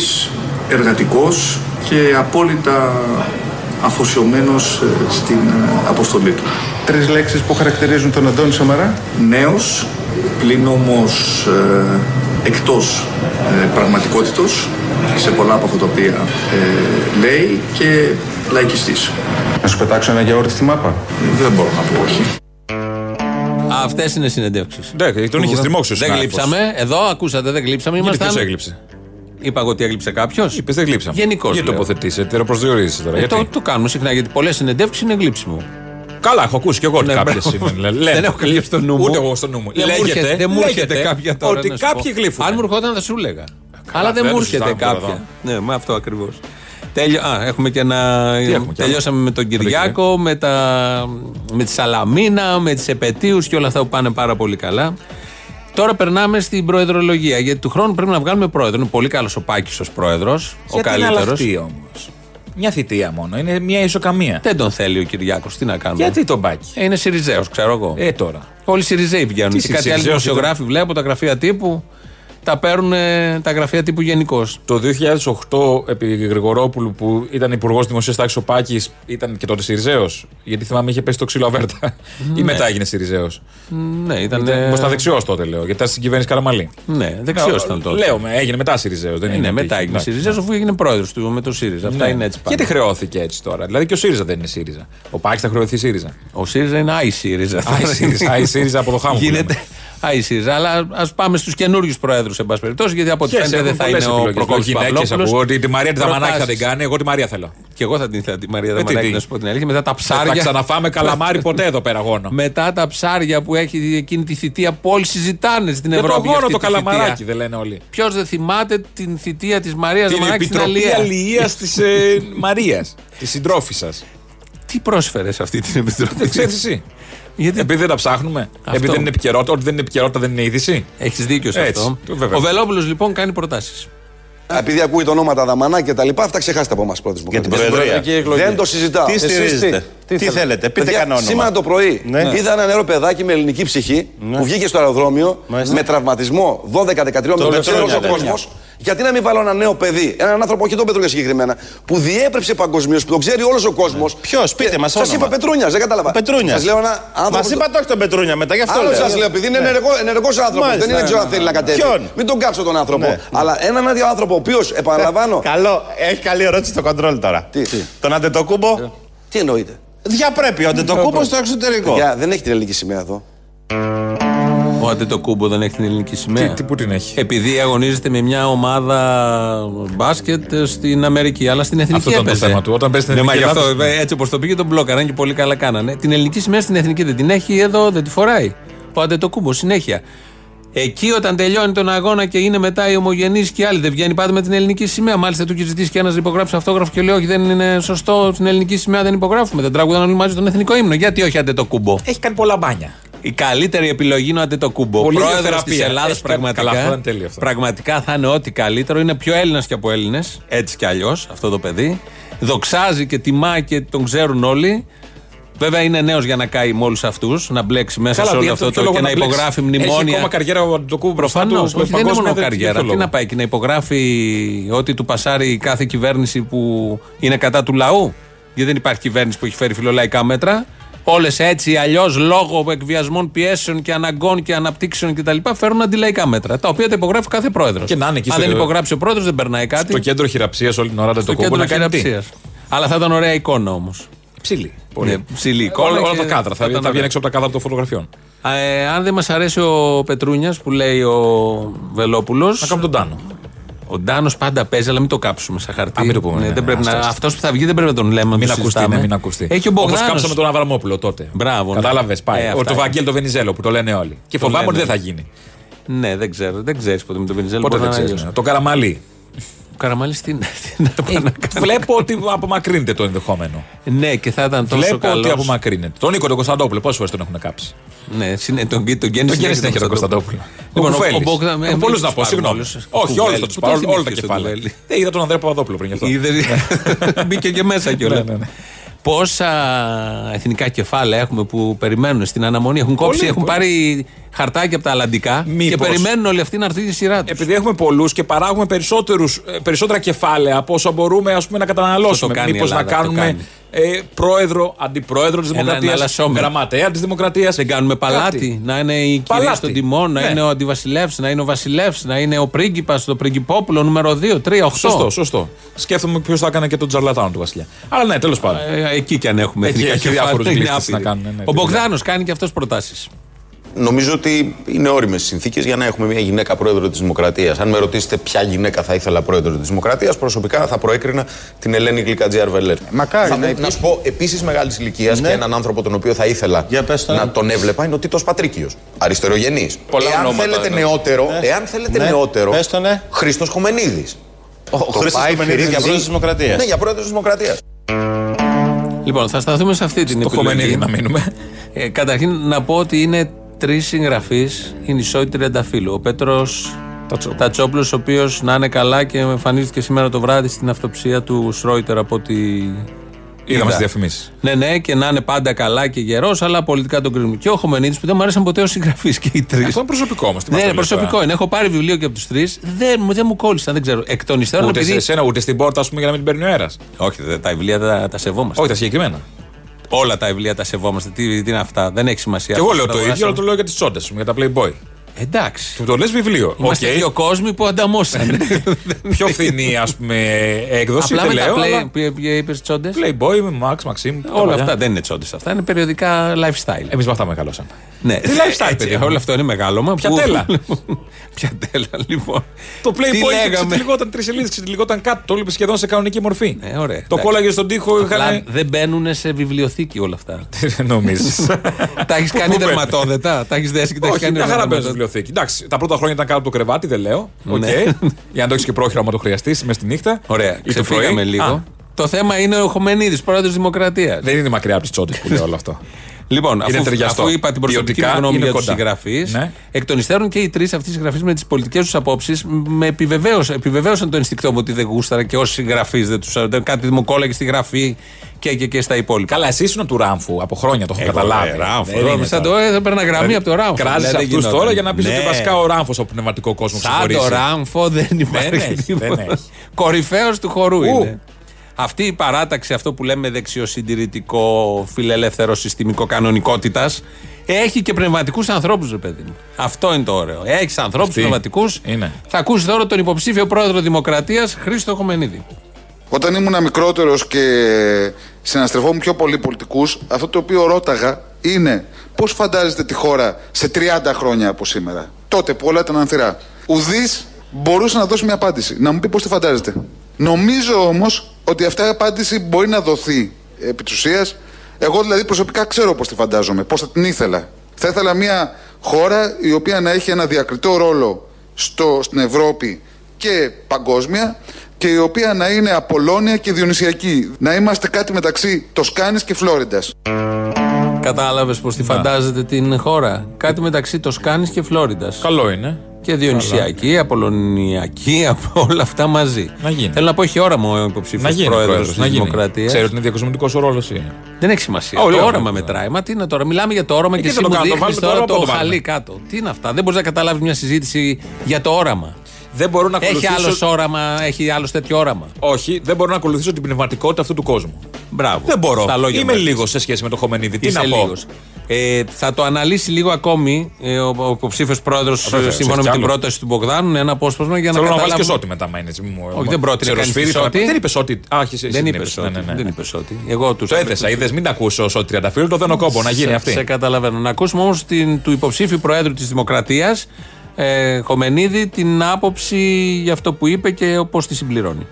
Speaker 8: εργατικός και απόλυτα αφοσιωμένος στην ε, αποστολή του.
Speaker 6: Τρεις λέξεις που χαρακτηρίζουν τον Αντώνη Σαμαρά.
Speaker 8: Νέος, πλην όμω ε, εκτός ε, πραγματικότητος σε πολλά από αυτά τα οποία ε, λέει και λαϊκιστής.
Speaker 6: Να σου πετάξω ένα γιαούρτι στη μάπα.
Speaker 8: Δεν μπορώ να πω όχι.
Speaker 3: Αυτές είναι συνεντεύξεις.
Speaker 4: Ναι, τον είχε τριμώξει ο
Speaker 3: Δεν
Speaker 4: συνάδελφος.
Speaker 3: γλύψαμε. Εδώ ακούσατε, δεν γλύψαμε.
Speaker 4: Γιατί
Speaker 3: Ήμασταν.
Speaker 4: ποιος έγλειψε.
Speaker 3: Είπα εγώ ότι έγλειψε κάποιο.
Speaker 4: Είπε, δεν γλύψαμε.
Speaker 3: Γενικώ.
Speaker 4: Γιατί τοποθετήσετε, προσδιορίζετε τώρα.
Speaker 3: Ε,
Speaker 4: γιατί.
Speaker 3: το, το κάνουμε συχνά γιατί πολλές συνεντεύξεις είναι γλύψιμο.
Speaker 4: Καλά, έχω ακούσει κι εγώ ότι
Speaker 3: Ναι,
Speaker 4: κάποιες
Speaker 3: μπράβο.
Speaker 4: είναι.
Speaker 3: Δεν έχω κάποια στο νου μου.
Speaker 4: Ούτε εγώ στο νου μου.
Speaker 3: Δεν μου έρχεται- δεν μου έρχεται κάποια τώρα.
Speaker 4: Ότι
Speaker 3: να σου πω.
Speaker 4: κάποιοι γλύφουν.
Speaker 3: Αν μου ερχόταν θα σου έλεγα. Αλλά δεν
Speaker 4: δεν
Speaker 3: μου
Speaker 4: το
Speaker 3: έρχεται
Speaker 4: συζητάμε τώρα
Speaker 3: κάποια. Ναι, με αυτό ακριβώς. Τέλειο. Α, έχουμε και ένα.
Speaker 4: έχουμε κι
Speaker 3: Τελειώσαμε
Speaker 4: άλλο?
Speaker 3: με τον
Speaker 4: Με τον
Speaker 3: Κυριάκο, με, τα... με τη Σαλαμίνα, με τις επαιτίους και όλα αυτά που πάνε πάρα πολύ καλά. Τώρα περνάμε στην προεδρολογία. Γιατί του χρόνου πρέπει να βγάλουμε πρόεδρο. Είναι πολύ καλός ο Πάκης ως πρόεδρος. Ο
Speaker 4: Γιατί να
Speaker 3: καλύτερο.
Speaker 4: αλλάχτεί όμως. Μια θητεία μόνο. Είναι μια ισοκαμία.
Speaker 3: Δεν τον θέλει ο Κυριάκος. Τι να κάνουμε.
Speaker 4: Γιατί τον πάκι.
Speaker 3: Ε, είναι Σιριζέος, ξέρω εγώ.
Speaker 4: Ε, τώρα.
Speaker 3: Όλοι οι Σιριζέοι
Speaker 4: Τι
Speaker 3: βγαίνουν. Και κάτι άλλοι
Speaker 4: Σιριζέος
Speaker 3: δημοσιογράφοι βλέπω, τα γραφεία τύπου. Τα παίρνουν ε, τα γραφεία τύπου γενικώ.
Speaker 4: Το 2008 επί Γρηγορόπουλου που ήταν υπουργός δημοσίας τάξης ο Πάκης ήταν και τότε Σιριζέος. Γιατί θυμάμαι είχε πέσει το ξύλο αβέρτα. Ή μετά έγινε Σιριζέος.
Speaker 3: Ναι, ήταν. ε,
Speaker 4: Μπροστά δεξιός τότε λέω. Γιατί ήταν στην κυβέρνηση Καραμαλή.
Speaker 3: Ναι, δεξιός ήταν τότε.
Speaker 4: Λέω, με, έγινε μετά Σιριζέος. Δεν
Speaker 3: Ε,
Speaker 4: είναι
Speaker 3: ναι,
Speaker 4: ότι
Speaker 3: μετά
Speaker 4: είχε.
Speaker 3: έγινε
Speaker 4: Εντάξει.
Speaker 3: ΣΥΡΙΖΑ αφού έγινε πρόεδρος του με το ΣΥΡΙΖΑ. Αυτά
Speaker 4: Ναι.
Speaker 3: είναι έτσι πάντα.
Speaker 4: Γιατί χρεώθηκε έτσι τώρα. Δηλαδή και ο ΣΥΡΙΖΑ δεν είναι ΣΥΡΙΖΑ. Ο Πάκης θα χρεωθεί ΣΥΡΙΖΑ.
Speaker 3: Ο ΣΥΡΙΖΑ είναι Άι ΣΥΡΙΖΑ.
Speaker 4: Άι ΣΥΡΙΖΑ, Άι ΣΥΡΙΖΑ από το χάμο που
Speaker 3: Γίνεται Άι ΣΥΡΙΖΑ. Αλλά ας πάμε στους καινούριους προέδρου, εν πάση περιπτώσει, γιατί από ό,τι
Speaker 4: Ποιες
Speaker 3: φαίνεται
Speaker 4: έχουν
Speaker 3: δεν θα
Speaker 4: πολλές
Speaker 3: είναι ο
Speaker 4: επιλογές.
Speaker 3: Προκόπη
Speaker 4: Εγώ γυναίκες ακούω. Ότι τη Μαρία τη Δαμανάκη θα την κάνει. Εγώ τη Μαρία θέλω.
Speaker 3: Και εγώ θα την ήθελα τη Μαρία
Speaker 4: τι,
Speaker 3: Δαμανάκη,
Speaker 4: τι.
Speaker 3: να σου πω την αλήθεια. Μετά τα
Speaker 4: Δεν
Speaker 3: ψάρια.
Speaker 4: θα ξαναφάμε καλαμάρι ποτέ εδώ πέρα γόνο.
Speaker 3: Μετά τα ψάρια που έχει εκείνη τη θητεία που όλοι συζητάνε στην
Speaker 4: Δεν το
Speaker 3: Ευρώπη.
Speaker 4: γόνο το καλαμαράκι δεν λένε όλοι.
Speaker 3: Ποιος δεν θυμάται την θητεία της Μαρίας
Speaker 4: Την
Speaker 3: Δαμανάκη στην
Speaker 4: Επιτροπή
Speaker 3: Αλία.
Speaker 4: Αλληλεία της
Speaker 3: ε,
Speaker 4: Μαρίας, της συντρόφη σα.
Speaker 3: Τι πρόσφερες σε αυτή την
Speaker 4: Δεν
Speaker 3: επιτροπή.
Speaker 4: ξέρει εσύ.
Speaker 3: Γιατί
Speaker 4: Επειδή δεν τα ψάχνουμε, επειδή δεν είναι επικαιρότητα, ότι δεν είναι επικαιρότητα δεν είναι είδηση.
Speaker 3: έχεις δίκιο σε
Speaker 4: Έτσι,
Speaker 3: αυτό.
Speaker 4: το βέβαια.
Speaker 3: Ο Βελόπουλος λοιπόν κάνει προτάσεις.
Speaker 9: Επειδή ακούει το ονόματα Δαμανά και τα λοιπά, αυτά ξεχάστε από εμάς πρώτες μου. Για την
Speaker 10: Προεδρία.
Speaker 9: Δεν το συζητάω.
Speaker 10: Τι
Speaker 9: Εσείς
Speaker 10: στηρίζετε, τι
Speaker 9: θέλετε.
Speaker 10: θέλετε, πείτε
Speaker 9: Παιδιά,
Speaker 10: κανένα όνομα.
Speaker 9: Σήμερα το πρωί
Speaker 10: Ναι.
Speaker 9: είδα ένα νερό παιδάκι με ελληνική ψυχή που βγήκε στο αεροδρόμιο
Speaker 10: Μάλιστα.
Speaker 9: με τραυματισμό 12-13
Speaker 10: Το
Speaker 9: με
Speaker 10: Πετρούνια,
Speaker 9: πετρέλαιο ο κόσμος. Γιατί να μην βάλω ένα νέο παιδί, έναν άνθρωπο, όχι τον Πετρούνια συγκεκριμένα, που διέπρεψε παγκοσμίως, που τον ξέρει όλος ο κόσμος.
Speaker 10: Ναι. Ποιος, πείτε μας
Speaker 9: Σας
Speaker 10: όνομα.
Speaker 9: είπα Πετρούνιας, δεν κατάλαβα.
Speaker 10: Πετρούνιας.
Speaker 9: Σας λέω ένα
Speaker 10: Μας
Speaker 9: άνθρωπο.
Speaker 10: είπατε όχι τον Πετρούνια μετά, γι' αυτό Ναι.
Speaker 9: Άλλο σας λέω, επειδή είναι ενεργό άνθρωπο,
Speaker 10: Μάλιστα,
Speaker 9: δεν είναι
Speaker 10: ναι,
Speaker 9: ξέρω αν
Speaker 10: ναι,
Speaker 9: θέλει
Speaker 10: ναι.
Speaker 9: να κατέβει.
Speaker 10: Ποιον?
Speaker 9: Μην τον κάψω τον άνθρωπο.
Speaker 10: Ναι.
Speaker 9: Αλλά έναν άδειο άνθρωπο, ο οποίος, επαναλαμβάνω.
Speaker 10: Καλό, έχει καλή ερώτηση το κοντρόλ τώρα.
Speaker 9: Τι? Τι?
Speaker 10: Τον Αντετοκούμπο.
Speaker 9: Τι εννοείται.
Speaker 10: Διαπρέπει ο Αντετοκούμπος στο εξωτερικό.
Speaker 9: Για, δεν έχει την ελληνική σημαία εδώ.
Speaker 3: Ο Αντετοκούμπο δεν έχει την ελληνική σημαία.
Speaker 4: Τι- Τι που την έχει.
Speaker 3: Επειδή αγωνίζεται με μια ομάδα μπάσκετ στην Αμερική, αλλά στην εθνική
Speaker 4: Αυτό ήταν το
Speaker 3: έπαιζε.
Speaker 4: θέμα του. Όταν παίζει στην
Speaker 3: Ναι, μα
Speaker 4: εθνική
Speaker 3: γι' αυτό
Speaker 4: Ελλάδα-
Speaker 3: ε, έτσι όπως το πήγε τον μπλόκαραν και πολύ καλά κάνανε. Την ελληνική σημαία στην εθνική δεν την έχει, εδώ δεν τη φοράει. Ο Αντετοκούμπο συνέχεια. Εκεί όταν τελειώνει τον αγώνα και είναι μετά η ομογενής και οι άλλοι δεν βγαίνει πάντα με την ελληνική σημαία. Μάλιστα του είχε ζητήσει και ένας να υπογράψει αυτόγραφο και λέει: Όχι, δεν είναι σωστό. Στην ελληνική σημαία δεν υπογράφουμε. Δεν τραγουδάνε όλοι μαζί τον εθνικό ύμνο. Γιατί όχι Αντετοκούμπο.
Speaker 4: Έχει κάνει πολλά μπάνια.
Speaker 3: Η καλύτερη επιλογή είναι ο Αντετοκούμπο.
Speaker 4: Πολύ
Speaker 3: Πρόεδρος
Speaker 4: ιδιοθεραπεία.
Speaker 3: της Ελλάδας
Speaker 4: Έχει
Speaker 3: πραγματικά.
Speaker 4: καλά, αυτό είναι τέλειο αυτό.
Speaker 3: Πραγματικά θα είναι ό,τι καλύτερο. Είναι πιο Έλληνας και από Έλληνες. Έτσι κι αλλιώς αυτό το παιδί. Δοξάζει και τιμά και τον ξέρουν όλοι. Βέβαια είναι νέος για να κάει με όλου αυτούς, να μπλέξει μέσα σε όλο
Speaker 4: για
Speaker 3: αυτό
Speaker 4: ποιο
Speaker 3: το
Speaker 4: λόγο
Speaker 3: και να
Speaker 4: μπλέξει.
Speaker 3: υπογράφει
Speaker 4: Έχει
Speaker 3: μνημόνια.
Speaker 4: ακόμα καριέρα ο Αντετοκούμπο μπροστά του.
Speaker 3: Προφανώς. Όχι, δεν είναι
Speaker 4: παγκόσμια,
Speaker 3: μόνο
Speaker 4: δεν- για
Speaker 3: καριέρα.
Speaker 4: ποιο
Speaker 3: Τι να
Speaker 4: λόγο.
Speaker 3: πάει και να υπογράφει ότι του πασάρει η κάθε κυβέρνηση που είναι κατά του λαού. Γιατί δεν υπάρχει κυβέρνηση που έχει φέρει φιλολαϊκά μέτρα. Όλες έτσι ή αλλιώς λόγω εκβιασμών, πιέσεων και αναγκών και αναπτύξεων κτλ. φέρουν αντιλαϊκά μέτρα. Τα οποία τα υπογράφει κάθε πρόεδρος.
Speaker 4: Και να είναι εκεί
Speaker 3: Αν
Speaker 4: στο-
Speaker 3: δεν υπογράψει ο πρόεδρος, δεν περνάει κάτι.
Speaker 4: Στο κέντρο χειραψίας όλη την ώρα
Speaker 3: Στο
Speaker 4: Αντετοκούμπο
Speaker 3: κέντρο
Speaker 4: να κάνει τι.
Speaker 3: χειραψίας. Αλλά θα ήταν ωραία εικόνα όμως.
Speaker 4: Ψηλή.
Speaker 3: Ναι, ψηλή εικόνα
Speaker 4: Όλα, όλα
Speaker 3: και
Speaker 4: τα κάδρα.
Speaker 3: θα
Speaker 4: ε, Θα,
Speaker 3: ήταν
Speaker 4: θα βγαίνει
Speaker 3: ωραία.
Speaker 4: έξω από τα κάδρα των φωτογραφιών.
Speaker 3: Ε, αν δεν μας αρέσει ο Πετρούνιας που λέει ο Βελόπουλος.
Speaker 4: Να κάνουμε τον Τάνο.
Speaker 3: Ο Ντάνος πάντα παίζει, αλλά μην το κάψουμε σε χαρτί.
Speaker 4: Α, μην το πούμε, ναι,
Speaker 3: δεν
Speaker 4: ναι,
Speaker 3: πρέπει
Speaker 4: ας
Speaker 3: να...
Speaker 4: το- ας το-
Speaker 3: Αυτό που θα βγει δεν πρέπει να τον λέμε. να
Speaker 4: Μην
Speaker 3: τον
Speaker 4: ακουστεί,
Speaker 3: συζητάμε.
Speaker 4: ναι, μην ακουστεί.
Speaker 3: Έχει ο
Speaker 4: Όπως
Speaker 3: Μπογδάνος.
Speaker 4: κάψαμε τον Αβραμόπουλο τότε.
Speaker 3: Μπράβο, ναι.
Speaker 4: Κατάλαβες. Πάει.
Speaker 3: Ε,
Speaker 4: ο,
Speaker 3: αυτά
Speaker 4: το
Speaker 3: είναι.
Speaker 4: Βαγγέλ το Βενιζέλο που το λένε όλοι. Και
Speaker 3: Το
Speaker 4: φοβάμαι ότι δεν
Speaker 3: λένε.
Speaker 4: θα γίνει.
Speaker 3: Ναι, δεν ξέρω. Δεν ξέρεις ποτέ με τον Βενιζέλο.
Speaker 4: Πότε
Speaker 3: μπορεί
Speaker 4: δεν ναι.
Speaker 3: να
Speaker 4: ξέρεις.
Speaker 3: αλλιώς.
Speaker 4: Το καραμαλί.
Speaker 3: Ο Καραμαλή τι είναι. τι να
Speaker 4: Ε,
Speaker 3: πάει να κάνει.
Speaker 4: Βλέπω ότι απομακρύνεται το ενδεχόμενο.
Speaker 3: Ναι, και θα ήταν τόσο
Speaker 4: Βλέπω
Speaker 3: καλός.
Speaker 4: ότι απομακρύνεται. Τον Νίκο τον Κωνσταντόπουλο, πόσες φορές τον έχουν κάψει.
Speaker 3: Ναι, συνε- τον, τον Γκέννη
Speaker 4: Τον Γκέννη συνέχεια τον Κωνσταντόπουλο.
Speaker 3: Λοιπόν, ο,
Speaker 4: Κουφέλης.
Speaker 3: ο Μπογδάν.
Speaker 4: Ε, Πολλούς να πω, συγγνώμη. Όχι, όλους θα τους πάρω. Όλα τα κεφάλαια. Ε, Είδα τον Ανδρέα Παπαδόπουλο πριν γι' αυτό.
Speaker 3: Είδε. Μπήκε και μέσα κιόλας.
Speaker 4: Ναι, ναι, ναι.
Speaker 3: Πόσα εθνικά κεφάλαια έχουμε που περιμένουν στην αναμονή, έχουν κόψει,
Speaker 4: Πολύ,
Speaker 3: έχουν
Speaker 4: πολύ.
Speaker 3: πάρει χαρτάκια από τα αλλαντικά και
Speaker 4: Μήπως.
Speaker 3: περιμένουν όλοι αυτοί να έρθει η σειρά τους.
Speaker 4: Επειδή έχουμε πολλούς και παράγουμε περισσότερους, ε, περισσότερα κεφάλαια από όσα μπορούμε ας πούμε, να
Speaker 3: Αυτό το
Speaker 4: καταναλώσουμε.
Speaker 3: κάνει η
Speaker 4: Μήπως να
Speaker 3: Ελλάδα, αυτό
Speaker 4: κάνουμε
Speaker 3: κάνει.
Speaker 4: ε, πρόεδρο, αντιπρόεδρο της
Speaker 3: Ένα
Speaker 4: Δημοκρατίας,
Speaker 3: εναλλασσόμενο.
Speaker 4: γραμματέα της Δημοκρατίας.
Speaker 3: Δεν κάνουμε παλάτι, να είναι η κυρία
Speaker 4: Παλάτι.
Speaker 3: στον τιμόν, να
Speaker 4: Ναι.
Speaker 3: είναι ο αντιβασιλεύς, να είναι ο βασιλεύς, να είναι ο πρίγκιπας, το πριγκιπόπουλο νούμερο 2, 3, 8.
Speaker 4: Σωστό, σωστό. Σκέφτομαι ποιος θα έκανε και τον τζαρλατάνο του Βασιλιά. Αλλά ναι, τέλος πάντων.
Speaker 3: Ε, εκεί κι αν έχουμε
Speaker 4: Εκεί
Speaker 3: εθνικά
Speaker 4: έχει
Speaker 3: κεφάλαια,
Speaker 4: διάφορους
Speaker 3: είναι
Speaker 4: γλύφτες
Speaker 3: άπειροι.
Speaker 4: να κάνουν, ναι,
Speaker 3: Ο
Speaker 4: τη δουλειά.
Speaker 3: Μπογδάνος κάνει και αυτός προτάσεις.
Speaker 11: Νομίζω ότι είναι όριμες συνθήκες για να έχουμε μια γυναίκα πρόεδρο της Δημοκρατίας. Αν με ρωτήσετε ποια γυναίκα θα ήθελα πρόεδρο της Δημοκρατίας, προσωπικά θα προέκρινα την Ελένη Γλυκατζιάρ Βελέρ.
Speaker 6: Ε, Μακάρι
Speaker 11: Θα
Speaker 6: να
Speaker 11: πω-
Speaker 6: υπήρχε. Ναι.
Speaker 11: να σου πω επίσης μεγάλης ηλικίας και έναν άνθρωπο τον οποίο θα ήθελα
Speaker 6: Για πες τώρα.
Speaker 11: να τον έβλεπα είναι ο Τίτος Πατρίκιος. Αριστερογενής.
Speaker 6: Πολλά
Speaker 11: Εάν
Speaker 6: ονόματα,
Speaker 11: θέλετε
Speaker 6: ναι.
Speaker 11: νεότερο,
Speaker 6: Ναι.
Speaker 11: εάν θέλετε
Speaker 6: Ναι.
Speaker 11: νεότερο,
Speaker 6: Πες το, ναι.
Speaker 11: Χρήστος Χωμενίδης. Ο
Speaker 6: Χρήστος Χωμενίδης για πρόεδρος της Δημοκρατίας.
Speaker 11: Ναι, για πρόεδρος της Δημοκρατίας.
Speaker 3: Λοιπόν, θα σταθούμε σε αυτή την
Speaker 4: Το
Speaker 3: επιλογή.
Speaker 4: Χωμενίδη να μείνουμε.
Speaker 3: Ε, καταρχήν να πω ότι είναι τρεις συγγραφείς, είναι ισότητα τριανταφύλου. Ο Πέτρος Τατσόπουλος, ο οποίος να είναι καλά και εμφανίστηκε σήμερα το βράδυ στην αυτοψία του Σρόιτερ από ό,τι.
Speaker 4: Είδαμε
Speaker 3: είδα.
Speaker 4: τι διαφημίσεις.
Speaker 3: Ναι, ναι, και να είναι πάντα καλά και γερός, αλλά πολιτικά τον κρίνουν. Και ο Χωμενίδη που δεν μου άρεσαν ποτέ ως συγγραφή και οι τρεις.
Speaker 4: Αυτό είναι προσωπικό μας.
Speaker 3: Ναι, προσωπικό είναι. Έχω πάρει βιβλίο και από τους τρεις. Δεν, μου- δεν μου κόλλησαν, δεν ξέρω. Εκ των υστέρων,
Speaker 4: Ούτε σε
Speaker 3: επειδή.
Speaker 4: εσένα, ούτε στην πόρτα, ας πούμε, για να μην την παίρνει ο αέρας.
Speaker 3: Όχι, δε- τα βιβλία τα, τα σεβόμαστε.
Speaker 4: Όχι, τα συγκεκριμένα.
Speaker 3: Όλα τα βιβλία τα σεβόμαστε. Τι, τι είναι αυτά, δεν έχει σημασία.
Speaker 4: Και εγώ
Speaker 3: Αυτό
Speaker 4: λέω το
Speaker 3: που τα
Speaker 4: ίδιο, αλλά το
Speaker 3: αγοράσαμε.
Speaker 4: λέω για τις τσόντες μου, για τα Playboy.
Speaker 3: Εντάξει.
Speaker 4: Του το λες βιβλίο. Οκ.
Speaker 3: Είμαστε δύο κόσμοι που ανταμώσαν.
Speaker 4: Ναι. Πιο φθηνή, ας πούμε, έκδοση.
Speaker 3: Απλά
Speaker 4: Δεν
Speaker 3: με τα
Speaker 4: λέω. αλλά
Speaker 3: είπες τσόντες.
Speaker 4: Playboy, με Max, Maxim.
Speaker 3: Όλα αυτά δεν είναι τσόντες. Αυτά είναι περιοδικά lifestyle.
Speaker 4: Εμείς με αυτά μεγαλώσαμε.
Speaker 3: ναι,
Speaker 4: Ε, τι lifestyle,
Speaker 3: Έτσι,
Speaker 4: παιδί μου.
Speaker 3: Όλο αυτό είναι μεγάλωμα.
Speaker 4: Ποια
Speaker 3: που-
Speaker 4: τέλα.
Speaker 3: Ποια τέλα, λοιπόν.
Speaker 4: Το
Speaker 3: Τι
Speaker 4: Playboy
Speaker 3: λέγαμε.
Speaker 4: ξετυλιγόταν τρεις σελίδες, ξετυλιγόταν κάτω. Το έλειπε σχεδόν σε κανονική μορφή.
Speaker 3: Ε, ωραία,
Speaker 4: το
Speaker 3: εντάξει.
Speaker 4: κόλλαγες στον τοίχο.
Speaker 3: Απλά
Speaker 4: Είχαν.
Speaker 3: δεν μπαίνουν σε βιβλιοθήκη όλα αυτά.
Speaker 4: Νομίζεις.
Speaker 3: τα έχεις κάνει δερματόδετα. Τα έχεις δέσει και τα έχεις
Speaker 4: Όχι,
Speaker 3: κάνει
Speaker 4: μια χαρά μπαίνει στη
Speaker 3: δερματόδετα.
Speaker 4: βιβλιοθήκη. Εντάξει, τα πρώτα χρόνια ήταν κάτω από το κρεβάτι, δεν λέω. Οκ.
Speaker 3: Ναι.
Speaker 4: Για να το έχεις και πρόχειρα, άμα το χρειαστείς, μέσα στη νύχτα.
Speaker 3: Ωραία,
Speaker 4: Ή το
Speaker 3: ξεφύγαμε
Speaker 4: πρωί.
Speaker 3: λίγο.
Speaker 4: Α,
Speaker 3: Το θέμα είναι ο Χωμενίδη, πρόεδρο Δημοκρατίας.
Speaker 4: Δεν είναι μακριά από τις τσόντε που λέω όλο αυτό.
Speaker 3: Λοιπόν, αφού,
Speaker 4: ταιριαστό.
Speaker 3: αφού είπα την προσωπική μου
Speaker 4: Ποιοτικά
Speaker 3: γνώμη
Speaker 4: είναι
Speaker 3: για τους
Speaker 4: κοντά.
Speaker 3: συγγραφείς,
Speaker 4: Ναι.
Speaker 3: εκ των υστέρων και οι τρεις αυτοί οι συγγραφείς με τις πολιτικές τους απόψεις με επιβεβαίωσαν, επιβεβαίωσαν το ενστικτό μου ότι δεν γούσταρα και ως συγγραφείς δεν τους άρεσε. Κάτι μου κόλλαγε στη γραφή και, και, και στα υπόλοιπα.
Speaker 4: Καλά, εσύ ήσουν του ράμφου από χρόνια, το έχω καταλάβει.
Speaker 3: ε, Ράμφο,
Speaker 4: Δεν
Speaker 3: τώρα,
Speaker 4: είναι
Speaker 3: σαν
Speaker 4: τώρα.
Speaker 3: το ε, έπαιρνα γραμμή από το Ράμφο.
Speaker 4: Κράζεις
Speaker 3: Δηλαδή,
Speaker 4: αυτούς
Speaker 3: γινόταν.
Speaker 4: τώρα για να πεις
Speaker 3: Ναι.
Speaker 4: ότι βασικά ο ράμφος από πνευματικό κόσμο
Speaker 3: Σαν
Speaker 4: ξεχωρίζει.
Speaker 3: το Ράμφο δεν υπάρχει
Speaker 4: έχει, δεν
Speaker 3: τίποτα.
Speaker 4: έχει.
Speaker 3: Κορυφαίος του χορού
Speaker 4: Ου.
Speaker 3: είναι. Αυτή η παράταξη, αυτό που λέμε δεξιοσυντηρητικό, φιλελεύθερο συστημικό κανονικότητας, έχει και πνευματικούς ανθρώπους, ρε παιδί μου. Αυτό είναι το ωραίο. Έχεις ανθρώπους
Speaker 4: Αυτή
Speaker 3: πνευματικούς.
Speaker 4: είναι.
Speaker 3: Θα ακούσεις τώρα τον υποψήφιο πρόεδρο Δημοκρατίας, Χρήστο Χωμενίδη.
Speaker 12: Όταν ήμουν μικρότερος και συναστρεφόμουν πιο πολλοί πολιτικούς, αυτό το οποίο ρώταγα είναι πώς φαντάζεστε τη χώρα σε 30 χρόνια από σήμερα. Τότε που όλα ήταν ανθυρά. Ουδής μπορούσε να δώσει μια απάντηση, να μου πει πώς τη φαντάζεστε. Νομίζω όμως ότι αυτή η απάντηση μπορεί να δοθεί επί της ουσίας. Εγώ δηλαδή προσωπικά ξέρω πώς τη φαντάζομαι, πώς θα την ήθελα. Θα ήθελα μια χώρα η οποία να έχει ένα διακριτό ρόλο στο, στην Ευρώπη και παγκόσμια και η οποία να είναι Απολώνια και Διονυσιακή. Να είμαστε κάτι μεταξύ Τοσκάνης και Φλόριντας.
Speaker 3: Κατάλαβες πώς τη φαντάζεται την χώρα. Κάτι μεταξύ Τοσκάνης και Φλόριντας.
Speaker 4: Καλό είναι.
Speaker 3: Και Διονυσιακή, Απολωνιακή, από όλα αυτά μαζί.
Speaker 4: Να γίνει.
Speaker 3: Θέλω να πω, έχει όραμα ο
Speaker 4: Να
Speaker 3: υποψήφιο
Speaker 4: γίνει
Speaker 3: πρόεδρος
Speaker 4: πρόεδρος. Να
Speaker 3: τη
Speaker 4: γίνει.
Speaker 3: Δημοκρατίας.
Speaker 4: Ξέρω ότι είναι διακοσμητικός ο ρόλος.
Speaker 3: Δεν έχει σημασία.
Speaker 4: Α,
Speaker 3: το
Speaker 4: λέω,
Speaker 3: όραμα
Speaker 4: ναι.
Speaker 3: μετράει. Μα τι είναι τώρα, μιλάμε για το όραμα
Speaker 4: Ε,
Speaker 3: και
Speaker 4: τι θα
Speaker 3: εσύ
Speaker 4: το
Speaker 3: μου
Speaker 4: κάνουμε,
Speaker 3: δείχνεις
Speaker 4: βάλουμε το
Speaker 3: τώρα
Speaker 4: όραμα, πού
Speaker 3: το
Speaker 4: το
Speaker 3: χαλί
Speaker 4: βάλουμε.
Speaker 3: κάτω. Τι είναι αυτά, δεν μπορείς να καταλάβεις μια συζήτηση για το όραμα.
Speaker 4: Δεν μπορώ να
Speaker 3: Έχει
Speaker 4: ακολουθήσω.
Speaker 3: άλλος όραμα, έχει άλλος τέτοιο όραμα.
Speaker 4: Όχι, δεν μπορώ να ακολουθήσω την πνευματικότητα αυτού του κόσμου.
Speaker 3: Μπράβο.
Speaker 4: Δεν μπορώ.
Speaker 3: Στα λόγια
Speaker 4: Είμαι
Speaker 3: μου.
Speaker 4: λίγος σε σχέση με το Χωμενίδη. Τι
Speaker 3: Είσαι
Speaker 4: να πω.
Speaker 3: λίγος. Ε, θα το αναλύσει λίγο ακόμη ε, ο, ο υποψήφιος πρόεδρος
Speaker 4: βέβαια,
Speaker 3: σύμφωνα με
Speaker 4: έχει
Speaker 3: την
Speaker 4: άλλο.
Speaker 3: πρόταση του Μπογδάνου. Ένα απόσπασμα για να
Speaker 4: Θέλω να βάλεις
Speaker 3: καταλάβουμε-
Speaker 4: και σότι μετά, μα είναι. έτσι, μου-
Speaker 3: Όχι, δεν πρότεινε
Speaker 4: Ξέρω,
Speaker 3: κανείς τη
Speaker 4: σφύρι, θα-
Speaker 3: Σότη.
Speaker 4: Δεν είπε ότι. Α, όχι, εσύ
Speaker 3: Δεν
Speaker 4: την
Speaker 3: είπε
Speaker 4: είπες,
Speaker 3: ότι.
Speaker 4: ναι, ναι, ναι.
Speaker 3: Δεν είπες ότι. Εγώ τους
Speaker 4: Το έθεσα, είδες. Μην ακούσει ο Σότι Τριανταφύλλου, το δένω κόπο. Να γίνει
Speaker 3: Σε-
Speaker 4: αυτή.
Speaker 3: Σε καταλαβαίνω. Να ακούσουμε όμως του υποψήφιου Προέδρου της Δημοκρατίας ε, Χομενίδη την άποψη για αυτό που είπε και πώς τη συμπληρώνει.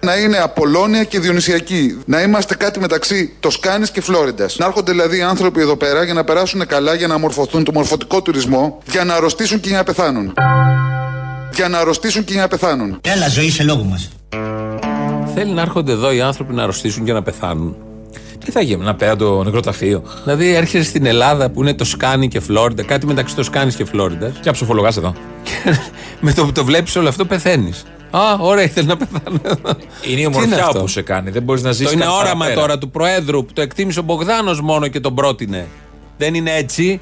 Speaker 12: Να είναι Απολώνια και Διονυσιακή. Να είμαστε κάτι μεταξύ Τοσκάνης και Φλόριντας. Να έρχονται δηλαδή άνθρωποι εδώ πέρα για να περάσουν καλά, για να μορφωθούν το μορφωτικό τουρισμό, για να αρρωστήσουν και για να πεθάνουν. Για να αρρωστήσουν και για να πεθάνουν.
Speaker 3: Έλα, ζωή σε λόγο μας. Θέλει να έρχονται εδώ οι άνθρωποι να αρρωστήσουν και να πεθάνουν. Τι θα γίνει, να πέρα το νεκροταφείο. Δηλαδή έρχεσαι στην Ελλάδα που είναι το Σκάνι και Φλόριντα, κάτι μεταξύ το Σκάνι και Φλόριντας. Και αψοφολογά εδώ. με το που το βλέπεις όλο αυτό πεθαίνεις. Α, ωραία, ήθελες να πεθάνω εδώ.
Speaker 4: Είναι η
Speaker 3: Τι
Speaker 4: ομορφιά
Speaker 3: αυτό?
Speaker 4: που σε κάνει. Δεν μπορείς να ζήσει.
Speaker 3: Το είναι όραμα τώρα του Προέδρου που το εκτίμησε ο Μπογδάνος μόνο και τον πρότεινε. Δεν είναι έτσι.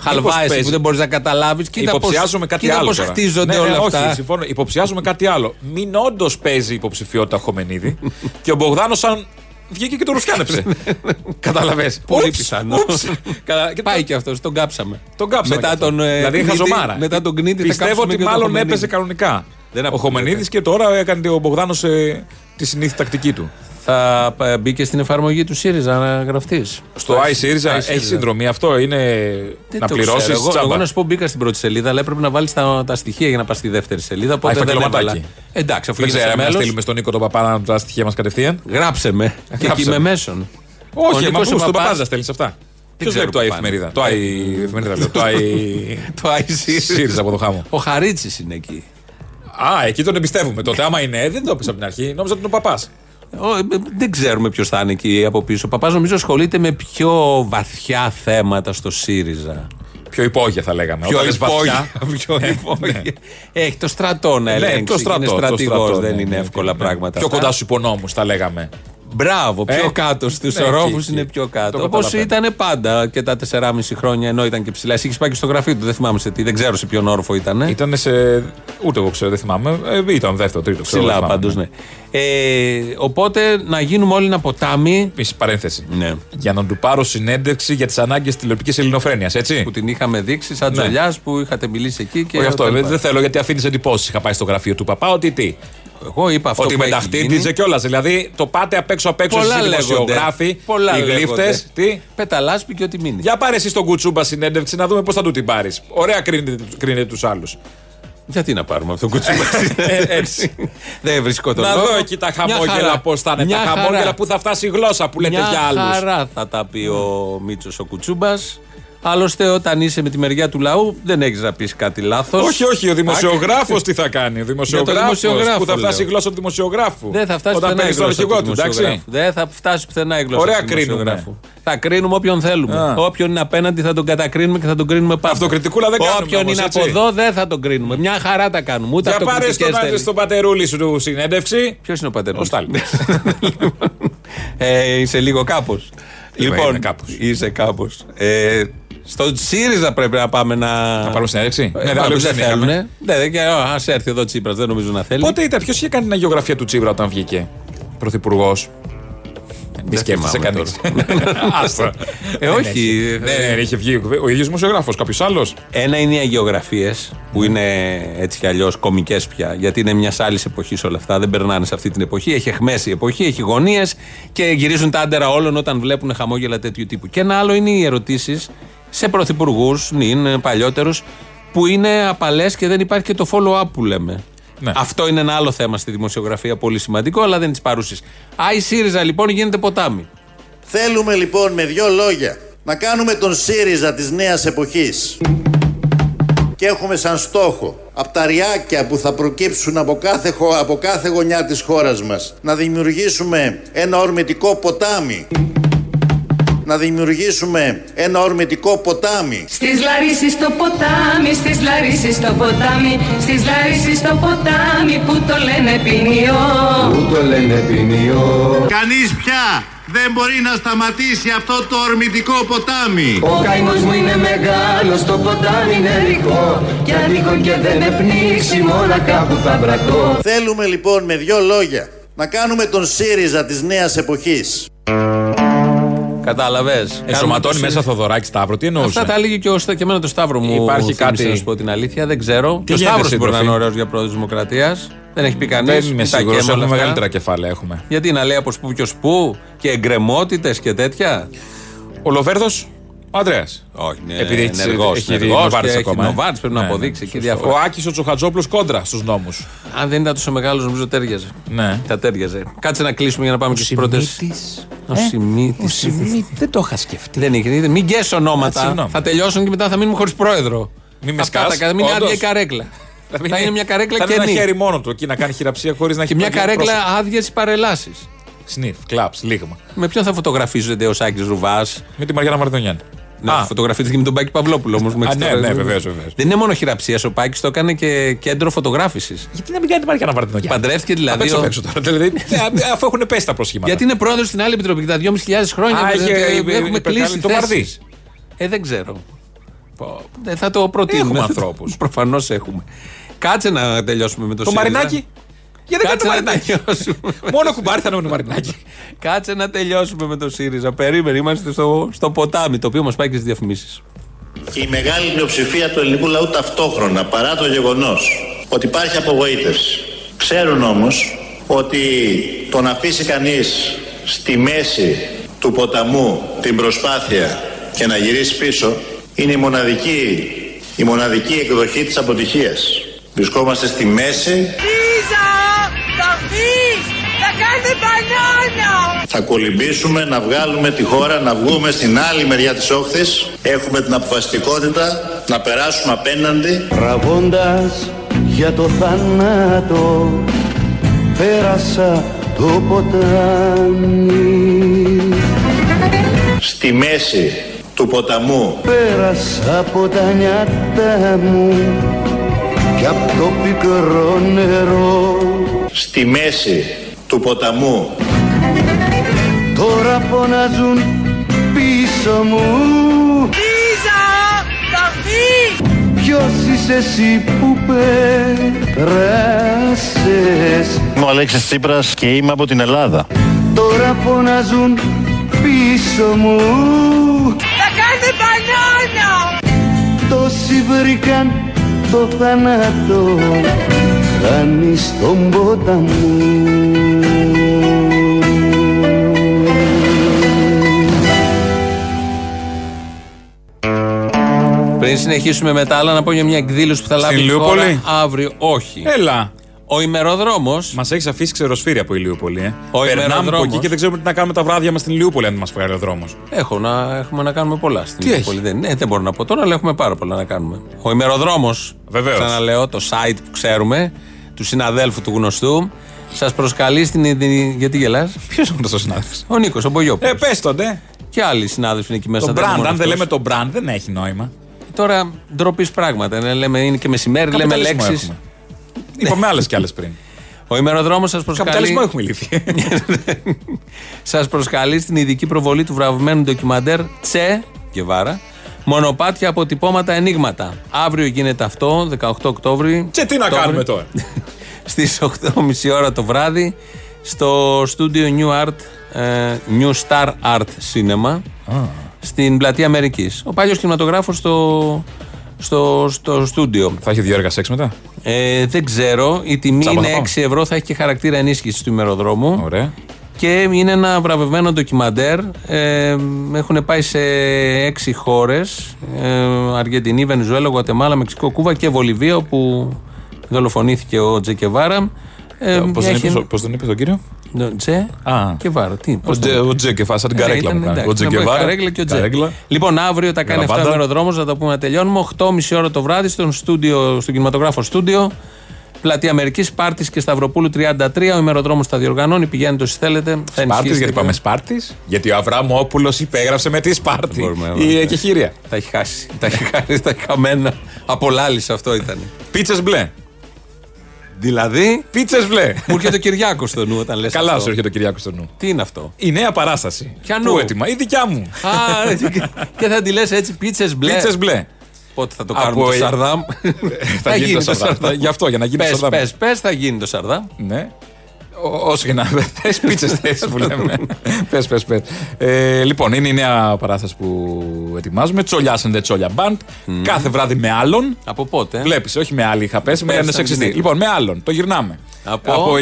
Speaker 3: Χαλβάεσαι
Speaker 4: παίζει.
Speaker 3: που δεν μπορείς να καταλάβεις. Κοίτα πώς-
Speaker 4: Υποψιάζομαι κάτι
Speaker 3: κοίτα
Speaker 4: άλλο.
Speaker 3: πώς
Speaker 4: τώρα.
Speaker 3: χτίζονται
Speaker 4: Ναι, ναι,
Speaker 3: όλα
Speaker 4: όχι,
Speaker 3: αυτά.
Speaker 4: συμφωνώ. Υποψιάζομαι κάτι άλλο. Μην όντως παίζει υποψηφιότητα Χομενίδη και ο Μπογδάνος σαν βγήκε και το ρουφιάνεψε. Κατάλαβες.
Speaker 3: Πολύ πιθανό.
Speaker 4: Πάει
Speaker 3: και αυτός, τον κάψαμε.
Speaker 4: Τον κάψαμε.
Speaker 3: Μετά
Speaker 4: και αυτόν.
Speaker 3: τον, ε,
Speaker 4: Δηλαδή
Speaker 3: Κνίτη-
Speaker 4: χαζομάρα.
Speaker 3: μετά τον Κνίτη θα
Speaker 4: Πιστεύω
Speaker 3: κάψουμε
Speaker 4: ότι
Speaker 3: και τον
Speaker 4: μάλλον
Speaker 3: Χομενίδη.
Speaker 4: έπαιζε κανονικά. ο Χομενίδη και τώρα έκανε ο Μπογδάνος τη συνήθη τακτική του.
Speaker 3: Θα ε, μπήκε στην εφαρμογή του ΣΥΡΙΖΑ να γραφτείς.
Speaker 4: Στο iSeries έχει συνδρομή. Αυτό είναι να πληρώσει
Speaker 3: Εγώ, εγώ
Speaker 4: τσάμπα.
Speaker 3: να σου πω μπήκα στην πρώτη σελίδα, αλλά έπρεπε να βάλεις τα, τα στοιχεία για να πας στη δεύτερη σελίδα. Οπότε δεν
Speaker 4: εφακελωματάκι.
Speaker 3: έβαλα. Εντάξει, αφού
Speaker 4: Δεν
Speaker 3: είσαι
Speaker 4: ξέρω αν
Speaker 3: μέλος,
Speaker 4: στείλουμε στον Νίκο τον Παπά τα στοιχεία μας κατευθείαν.
Speaker 3: Γράψε με. και εκεί με μέσον. Ο
Speaker 4: Όχι, μα
Speaker 3: Νίκος
Speaker 4: πού στον
Speaker 3: ο Παπάς-
Speaker 4: Παπά δεν στέλνεις αυτά. Ποιο
Speaker 3: ξέρω
Speaker 4: βλέπει το
Speaker 3: πού
Speaker 4: ΑΕ
Speaker 3: πάνε.
Speaker 4: εφημερίδα. Το ΑΕ εφημερίδα λέω. Το
Speaker 3: Το ΑΕ
Speaker 4: ΣΥΡΙΖΑ από το χάμο.
Speaker 3: Ο Χαρίτσης είναι εκεί.
Speaker 4: Α, εκεί τον εμπιστεύουμε. Τότε άμα είναι, δεν το πεις από την αρχή. Νόμιζα ότι είναι ο Παπάς.
Speaker 3: Ο, ε, ε, δεν ξέρουμε ποιος θα είναι εκεί από πίσω. Ο παπάς νομίζω ασχολείται με πιο βαθιά θέματα στο ΣΥΡΙΖΑ.
Speaker 4: Πιο Ναι, υπόγεια θα λέγαμε.
Speaker 3: Πιο
Speaker 4: Όταν λες
Speaker 3: υπόγεια.
Speaker 4: βαθιά. Ε, Ναι,
Speaker 3: Πιο υπόγεια. Έχει το στρατό να ελέγξει.
Speaker 4: το στρατό,
Speaker 3: Είναι
Speaker 4: το
Speaker 3: στρατηγός,
Speaker 4: στρατό,
Speaker 3: δεν
Speaker 4: ναι,
Speaker 3: είναι
Speaker 4: ναι,
Speaker 3: εύκολα πράγματα.
Speaker 4: Πιο
Speaker 3: αυτά.
Speaker 4: κοντά στους υπονόμους, τα λέγαμε.
Speaker 3: Μπράβο, πιο
Speaker 4: Ε,
Speaker 3: κάτω στους
Speaker 4: ναι,
Speaker 3: ορόφους
Speaker 4: εκεί,
Speaker 3: είναι
Speaker 4: εκεί.
Speaker 3: πιο
Speaker 4: Το
Speaker 3: κάτω. Όπω
Speaker 4: καταλαβαίνω.
Speaker 3: ήταν πάντα και τα 4,5 χρόνια ενώ ήταν και ψηλά. Εσύ είχε πάει και στο γραφείο του, δεν θυμάμαι σε τι, δεν ξέρω σε ποιον όροφο ήταν.
Speaker 4: Ήταν σε. Ούτε εγώ ξέρω, δεν θυμάμαι. Ε, ήταν δεύτερο, τρίτο. ξέρω,
Speaker 3: Ψηλά
Speaker 4: δεν θυμάμαι,
Speaker 3: πάντως, ναι. Ε, οπότε να γίνουμε όλοι ένα ποτάμι.
Speaker 4: Μισή παρένθεση.
Speaker 3: Ναι.
Speaker 4: Για να του πάρω συνέντευξη για τις ανάγκες τηλεοπτικής ελληνοφρένειας, έτσι. Που
Speaker 3: την είχαμε δείξει σαν Τζολιάς που είχατε μιλήσει εκεί και.
Speaker 4: Όχι αυτό.
Speaker 3: τα
Speaker 4: Δεν
Speaker 3: λοιπά.
Speaker 4: δεν θέλω γιατί αφήνεις εντυπώσεις. Είχα πάει στο γραφείο του παπά ότι τι.
Speaker 3: Εγώ είπα αυτό
Speaker 4: Ότι
Speaker 3: που έχει
Speaker 4: μεταχτήτιζε
Speaker 3: γίνει.
Speaker 4: κιόλας. Δηλαδή το πάτε απ' έξω απ' έξω
Speaker 3: Πολλά
Speaker 4: εσείς οι
Speaker 3: λέγονται.
Speaker 4: δημοσιογράφοι,
Speaker 3: Πολλά
Speaker 4: οι
Speaker 3: λέγονται.
Speaker 4: γλύφτες. Τι.
Speaker 3: Πεταλάσπη και ό,τι μείνει.
Speaker 4: Για πάρε εσύ τον κουτσούμπα συνέντευξη να δούμε πώς θα του την πάρεις. Ωραία κρίνετε, κρίνετε τους άλλους.
Speaker 3: Γιατί να πάρουμε αυτό το κουτσούμπα. Ε,
Speaker 4: Έτσι.
Speaker 3: Δεν βρίσκω τον
Speaker 4: να
Speaker 3: λόγο.
Speaker 4: δω εκεί τα
Speaker 3: Μια
Speaker 4: χαμόγελα
Speaker 3: χαρά.
Speaker 4: πώς θα είναι.
Speaker 3: Μια
Speaker 4: τα
Speaker 3: χαρά.
Speaker 4: χαμόγελα που θα φτάσει η γλώσσα που λέτε
Speaker 3: Μια
Speaker 4: για άλλους.
Speaker 3: χαρά θα τα πει ο Μίτσος ο Κουτσούμπας. Άλλωστε, όταν είσαι με τη μεριά του λαού, δεν έχεις να πεις κάτι λάθος.
Speaker 4: Όχι, όχι, ο δημοσιογράφος τι θα κάνει. Ο δημοσιογράφο
Speaker 3: δημοσιογράφος,
Speaker 4: που θα φτάσει η
Speaker 3: λέω.
Speaker 4: γλώσσα του δημοσιογράφου.
Speaker 3: Δεν θα φτάσει
Speaker 4: Όταν
Speaker 3: πουθενά η
Speaker 4: παίρνεις τον αρχηγό
Speaker 3: γλώσσα του
Speaker 4: του, εντάξει.
Speaker 3: δημοσιογράφου. Δεν θα φτάσει πουθενά η γλώσσα
Speaker 4: Ωραία
Speaker 3: του
Speaker 4: κρίνουμε.
Speaker 3: δημοσιογράφου. Θα κρίνουμε όποιον θέλουμε.
Speaker 4: Α.
Speaker 3: Όποιον είναι απέναντι θα τον κατακρίνουμε και θα τον κρίνουμε πάντα.
Speaker 4: Αυτοκριτικούλα δεν κάνουμε
Speaker 3: Όποιον
Speaker 4: όμως,
Speaker 3: είναι
Speaker 4: έτσι.
Speaker 3: από εδώ δεν θα τον κρίνουμε. Μια χαρά τα κάνουμε. Ούτε
Speaker 4: Για πάρε
Speaker 3: αυτοκριτικές
Speaker 4: στον,
Speaker 3: θέλεις.
Speaker 4: στον πατερούλη σου του συνέντευξη.
Speaker 3: Ποιος είναι ο πατέρα
Speaker 4: Ο Στάλιν.
Speaker 3: Ε, είσαι λίγο κάπως. Λοιπόν,
Speaker 4: είμαι κάπως.
Speaker 3: είσαι κάπως. Ε, στον ΣΥΡΙΖΑ πρέπει να πάμε να. Ε, Να
Speaker 4: πάρουμε συνέντευξη. Ναι, δεν
Speaker 3: δεν
Speaker 4: λέω,
Speaker 3: δεν
Speaker 4: δεν
Speaker 3: θέλουν.
Speaker 4: είχαμε.
Speaker 3: Ναι, Α έρθει εδώ ο Τσίπρας, δεν νομίζω να θέλει.
Speaker 4: ναι. Πότε ήταν, ποιος είχε κάνει μια γεωγραφία του Τσίπρα όταν βγήκε πρωθυπουργός. Μη σκέφτεσαι
Speaker 3: θυμάμαι
Speaker 4: κανεί. Άστο.
Speaker 3: Ε, όχι. Ε,
Speaker 4: Ναι, ναι, είχε βγει ο ίδιος δημοσιογράφος, κάποιος άλλος.
Speaker 3: Ένα είναι οι αγιογραφίες, που είναι έτσι κι αλλιώς κομικές πια, γιατί είναι μιας άλλης εποχής όλα αυτά. Δεν περνάνε σε αυτή την εποχή. Έχει εχμέσει η εποχή, έχει γωνίες και γυρίζουν τα άντερα όλων όταν βλέπουν χαμόγελα τέτοιου τύπου. Και ένα άλλο είναι οι ερωτήσεις σε πρωθυπουργούς, νυν, παλιότερους, που είναι απαλές και δεν υπάρχει και το follow-up που λέμε.
Speaker 4: Ναι.
Speaker 3: Αυτό είναι ένα άλλο θέμα στη δημοσιογραφία, πολύ σημαντικό, αλλά δεν της παρούσης. Άι ΣΥΡΙΖΑ λοιπόν γίνεται ποτάμι.
Speaker 13: Θέλουμε λοιπόν με δύο λόγια να κάνουμε τον ΣΥΡΙΖΑ της νέας εποχής. Και έχουμε σαν στόχο από τα ριάκια που θα προκύψουν από κάθε, χω- από κάθε γωνιά της χώρας μας να δημιουργήσουμε ένα ορμητικό ποτάμι. Να δημιουργήσουμε ένα ορμητικό ποτάμι.
Speaker 14: Στις Λαρίσεις στο ποτάμι, στις Λαρίσεις στο ποτάμι, στις Λαρίσεις στο ποτάμι που το λένε ποινιό.
Speaker 15: το λένε ποινιό.
Speaker 13: Κανείς πια δεν μπορεί να σταματήσει αυτό το ορμητικό ποτάμι.
Speaker 15: Ο καημός μου είναι μεγάλος, το ποτάμι είναι ρικό Κι ανήκω και δεν με πνίξει μόνα κάπου θα βρακώ
Speaker 13: Θέλουμε λοιπόν με δύο λόγια να κάνουμε τον ΣΥΡΙΖΑ της νέας εποχής.
Speaker 3: Κατάλαβες.
Speaker 4: Ενσωματώνει μέσα Θοδωράκη Σταύρο, τι εννοούσες.
Speaker 3: ε- Αυτά τα έλεγε και, ο, Στα- και εμένα το Σταύρο μου.
Speaker 4: Υπάρχει
Speaker 3: θύμισε,
Speaker 4: κάτι-
Speaker 3: Να σου πω την αλήθεια, δεν ξέρω.
Speaker 4: Τι
Speaker 3: ο
Speaker 4: γίνεται,
Speaker 3: Σταύρος μπορεί
Speaker 4: συντροφή?
Speaker 3: να είναι ωραίος για πρόεδρο Δημοκρατίας. Δεν έχει πει κανείς.
Speaker 4: Δεν είμαι σίγουρο, έχουμε μεγαλύτερα κεφάλαια. Έχουμε.
Speaker 3: Γιατί να λέει από σπου ποιο που και εγκρεμότητες και τέτοια.
Speaker 4: Ο Λοβέρδο. Ο Αντρέα.
Speaker 16: Όχι, ναι,
Speaker 4: Επειδή έχει-
Speaker 3: ενεργός,
Speaker 4: έχει
Speaker 3: ενεργός
Speaker 4: Νοβάρτης
Speaker 3: και έχει
Speaker 4: ακόμα, ε.
Speaker 3: Νοβάρτης, πρέπει να αποδείξει εκεί διάφορα.
Speaker 4: Ο Άκης ο Τσοχατζόπουλος κόντρα στους νόμους.
Speaker 3: Αν δεν ήταν τόσο μεγάλος, νομίζω τέριαζε.
Speaker 4: Ναι.
Speaker 3: Θα τέριαζε. Κάτσε να κλείσουμε για να πάμε στις πρώτες. Ο
Speaker 16: Ε,
Speaker 3: Σιμίτη.
Speaker 16: ο Σιμίτης. Δεν το είχα σκεφτεί.
Speaker 3: Δεν είχε. είδε. Μην γκες
Speaker 16: Α,
Speaker 3: ονόματα.
Speaker 16: συγγνώμη.
Speaker 3: Θα τελειώσουν και μετά θα μείνουμε χωρίς πρόεδρο. Μην
Speaker 4: με σκάς,
Speaker 3: Θα μείνει άδεια
Speaker 4: όντως.
Speaker 3: η καρέκλα. Θα είναι μια καρέκλα
Speaker 4: Θα είναι ένα
Speaker 3: κενή.
Speaker 4: χέρι μόνο του εκεί να κάνει χειραψία χωρίς να έχει
Speaker 3: Και μια
Speaker 4: πρόβλημα.
Speaker 3: καρέκλα
Speaker 4: Πρόσεχε.
Speaker 3: άδειε παρελάσει.
Speaker 4: Σνιφ, κλαπ, λίγμα.
Speaker 3: Με ποιον θα φωτογραφίζονται ο Σάκης Ρουβάς.
Speaker 4: Με τη Μαριάννα Μαρδονιάν.
Speaker 3: Να φωτογραφίζεται και με τον Πάκη Παυλόπουλο όμως.
Speaker 4: Α, ναι, ναι, βεβαίως, βεβαίως.
Speaker 3: Δεν είναι μόνο χειραψίας. Ο Πάκης το έκανε και κέντρο φωτογράφησης.
Speaker 4: Γιατί να μην κάνει τη Μαριάννα Μαρδονιάν.
Speaker 3: Παντρεύτηκε δηλαδή.
Speaker 4: Απ' έξω,
Speaker 3: ο-
Speaker 4: απ' έξω τώρα. Δηλαδή, ναι, αφού έχουν πέσει τα προσχήματα.
Speaker 3: Γιατί είναι πρόεδρος στην άλλη επιτροπή και τα 2.500 χρόνια.
Speaker 4: Α,
Speaker 3: δεν-
Speaker 4: είχε-
Speaker 3: δεν-
Speaker 4: είπε-
Speaker 3: έχουμε
Speaker 4: είπε
Speaker 3: κλείσει.
Speaker 4: κάτι, το
Speaker 3: θέσεις.
Speaker 4: Μαρδί.
Speaker 3: Ε, δεν ξέρω. Πω, ε, θα το προτείνουμε.
Speaker 4: Έχουμε ανθρώπους.
Speaker 3: Προφανώς έχουμε. Κάτσε να τελειώσουμε με το
Speaker 4: Το
Speaker 3: ΣΥΡΙΖΑ.
Speaker 4: Μαρινάκι. Γιατί δεν κάνει το
Speaker 3: Κάτσε να
Speaker 4: Μαρινάκι.
Speaker 3: τελειώσουμε.
Speaker 4: Μόνο κουμπάρι θα είναι με το Μαρινάκι.
Speaker 3: Κάτσε να τελειώσουμε με το ΣΥΡΙΖΑ. Περίμενε, είμαστε στο, στο ποτάμι το οποίο μας πάει και στις διαφημίσεις.
Speaker 17: Και η μεγάλη πλειοψηφία του ελληνικού λαού ταυτόχρονα, παρά το γεγονός ότι υπάρχει απογοήτευση. Ξέρουν όμως ότι το να αφήσει κανείς στη μέση του ποταμού την προσπάθεια και να γυρίσει πίσω είναι η μοναδική, η μοναδική εκδοχή της αποτυχίας. Βρισκόμαστε στη μέση
Speaker 15: Πίζα, καφής, θα κάνετε μπανάνα.
Speaker 17: Θα κολυμπήσουμε να βγάλουμε τη χώρα, να βγούμε στην άλλη μεριά της όχθης. Έχουμε την αποφασιστικότητα να περάσουμε απέναντι.
Speaker 15: Τραβώντας για το θάνατο Πέρασα το ποτάμι
Speaker 17: Στη μέση του ποταμού
Speaker 15: Πέρασα από τα νιάτα μου Και από το πικρό νερό
Speaker 17: Στη μέση του ποταμού
Speaker 15: Τώρα φωνάζουν πίσω μου Πίζα, καφή Ποιος είσαι εσύ που πέρασες
Speaker 17: Είμαι ο Αλέξης Τσίπρας και είμαι από την Ελλάδα.
Speaker 15: Τώρα φωνάζουν πίσω μου Θα κάνετε μπανάνα Τόσοι βρήκαν το θάνατο Χάνει στον ποταμό
Speaker 3: Πριν συνεχίσουμε με τα άλλα, να πω για μια εκδήλωση που θα
Speaker 4: Στην
Speaker 3: λάβει η
Speaker 4: Ηλιούπολη?
Speaker 3: χώρα αύριο. Όχι.
Speaker 4: Έλα.
Speaker 3: Ο ημεροδρόμος.
Speaker 4: Μας έχεις αφήσει ξεροσφύρι από Ηλιούπολη. Ε.
Speaker 3: Ο
Speaker 4: Περνάμε από
Speaker 3: ημεροδρόμος.
Speaker 4: εκεί και δεν ξέρουμε τι να κάνουμε τα βράδια μας στην Ηλιούπολη, αν μας βγάλει ο δρόμο.
Speaker 3: Έχω να, έχουμε να κάνουμε πολλά στην
Speaker 4: Τι
Speaker 3: Ηλιούπολη. Δεν, ναι, δεν μπορώ να πω τώρα, αλλά έχουμε πάρα πολλά να κάνουμε. Ο ημεροδρόμος.
Speaker 4: Βεβαίως.
Speaker 3: Ξαναλέω, το site που ξέρουμε, του συναδέλφου του γνωστού. Σας προσκαλεί στην. Ιδι- Γιατί γελάς.
Speaker 4: Ποιος είναι αυτός ο συνάδελφος.
Speaker 3: Ο Νίκος, ο Μπογιόπουλος.
Speaker 4: Ε, πες τον, ναι.
Speaker 3: Και άλλοι συνάδελφοι είναι εκεί μέσα.
Speaker 4: Το
Speaker 3: δεν είναι
Speaker 4: brand,
Speaker 3: μόνο
Speaker 4: αν δεν
Speaker 3: αυτός.
Speaker 4: λέμε το brand, δεν έχει νόημα.
Speaker 3: Τώρα ντροπής πράγματα. ναι, λέμε, είναι και μεσημέρι, λέμε
Speaker 4: Καπιταλισμό
Speaker 3: λέξεις.
Speaker 4: έχουμε. Είπαμε άλλες κι άλλες πριν.
Speaker 3: Ο ημεροδρόμος σας προσκαλεί.
Speaker 4: Καπιταλισμό έχουμε λυθεί.
Speaker 3: Σας προσκαλεί στην ειδική προβολή του βραβευμένου ντοκιμαντέρ Τσε Γεβάρα. Μονοπάτια αποτυπώματα ενίγματα. Αύριο γίνεται αυτό, 18 Οκτώβρη.
Speaker 4: Και τι να
Speaker 3: Οκτώβρη,
Speaker 4: κάνουμε τώρα.
Speaker 3: Στις 8.30 ώρα το βράδυ στο στούντιο New Art, ε, New Star Art Cinema στην πλατεία Αμερικής. Ο παλιός κινηματογράφος στο, στο, στο στούντιο.
Speaker 4: Θα έχει δύο έργα σεξ μετά.
Speaker 3: Ε, δεν ξέρω. Η τιμή
Speaker 4: Τσάμπα θα
Speaker 3: είναι 6
Speaker 4: πάμε.
Speaker 3: ευρώ. Θα έχει και χαρακτήρα ενίσχυσης του ημεροδρόμου.
Speaker 4: Ωραία.
Speaker 3: Και είναι ένα βραβευμένο ντοκιμαντέρ. Ε, έχουν πάει σε 6 χώρες. Ε, Αργεντινή, Βενεζουέλα, Γουατεμάλα, Μεξικό, Κούβα και Βολιβία, όπου δολοφονήθηκε ο Τζεκεβάρα. Ε,
Speaker 4: Πώς τον,
Speaker 3: έχει-
Speaker 4: είπες, ο- πώς τον είπες τον κύριο?
Speaker 3: Νο- Τζε
Speaker 4: Α.
Speaker 3: και Βάρο. Τι,
Speaker 4: Ο
Speaker 3: πώς το
Speaker 4: Τζε,
Speaker 3: λέμε.
Speaker 4: ο Τζε και φάσα την
Speaker 3: Ναι,
Speaker 4: καρέκλα
Speaker 3: ήταν
Speaker 4: μου. κάνει.
Speaker 3: εντάξει,
Speaker 4: Ο Τζε
Speaker 3: ήταν
Speaker 4: και Βάρα.
Speaker 3: Καρέκλα και ο Τζε.
Speaker 4: Καρέκλα.
Speaker 3: Λοιπόν, αύριο τα κάνει αυτά ο
Speaker 4: Γραβάτα.
Speaker 3: αεροδρόμο, θα τα πούμε να τελειώνουμε. 8.30 ώρα το βράδυ στον, στούντιο, στον κινηματογράφο στούντιο. Πλατεία Αμερικής, Πάρτη και Σταυροπούλου 33. Ο ημεροδρόμος τα διοργανώνει. Πηγαίνετε όσοι θέλετε. Θα
Speaker 4: Σπάρτη,
Speaker 3: ενισχύσετε.
Speaker 4: γιατί πάμε Σπάρτης. Γιατί ο Αβραμόπουλος υπέγραψε με τη Σπάρτη. Η εκεχηρία.
Speaker 3: Τα έχει χάσει. Τα έχει χάσει, τα έχει χαμένα. Απολάλησε αυτό ήταν.
Speaker 4: Πίτσες μπλε.
Speaker 3: Δηλαδή.
Speaker 4: Πίτσες μπλε.
Speaker 3: Μου έρχεται ο Κυριάκος στο νου όταν λες.
Speaker 4: Καλά σου έρχεται ο Κυριάκος στο νου.
Speaker 3: Τι είναι αυτό.
Speaker 4: Η νέα παράσταση.
Speaker 3: Ποια
Speaker 4: Πού
Speaker 3: νου?
Speaker 4: έτοιμα, η δικιά μου.
Speaker 3: Α, ρε, τι- και θα τη λες έτσι πίτσες μπλε.
Speaker 4: Πίτσες μπλε.
Speaker 3: Πότε θα το κάνουμε
Speaker 4: Από
Speaker 3: το
Speaker 4: ε-
Speaker 3: Σαρδάμ.
Speaker 4: Θα γίνει το Σαρδάμ. Γι' αυτό για να γίνει το
Speaker 3: πες,
Speaker 4: Σαρδάμ.
Speaker 3: Πες, πες, θα γίνει το Σαρδάμ.
Speaker 4: Ναι. Ό- Όσο και να θες, πίτσες θέσει που λέμε. πες, πες, πες. Ε, λοιπόν, είναι η νέα παράσταση που ετοιμάζουμε. Τσολιά and the Τσόλια Band. Κάθε βράδυ με άλλον.
Speaker 3: Από πότε.
Speaker 4: Βλέπεις, όχι με άλλη είχα πέσει, με
Speaker 3: Πες,
Speaker 4: λένε
Speaker 3: σαν
Speaker 4: σεξιστή.
Speaker 3: γυναίκα.
Speaker 4: Λοιπόν, με άλλον. Το γυρνάμε.
Speaker 3: Από-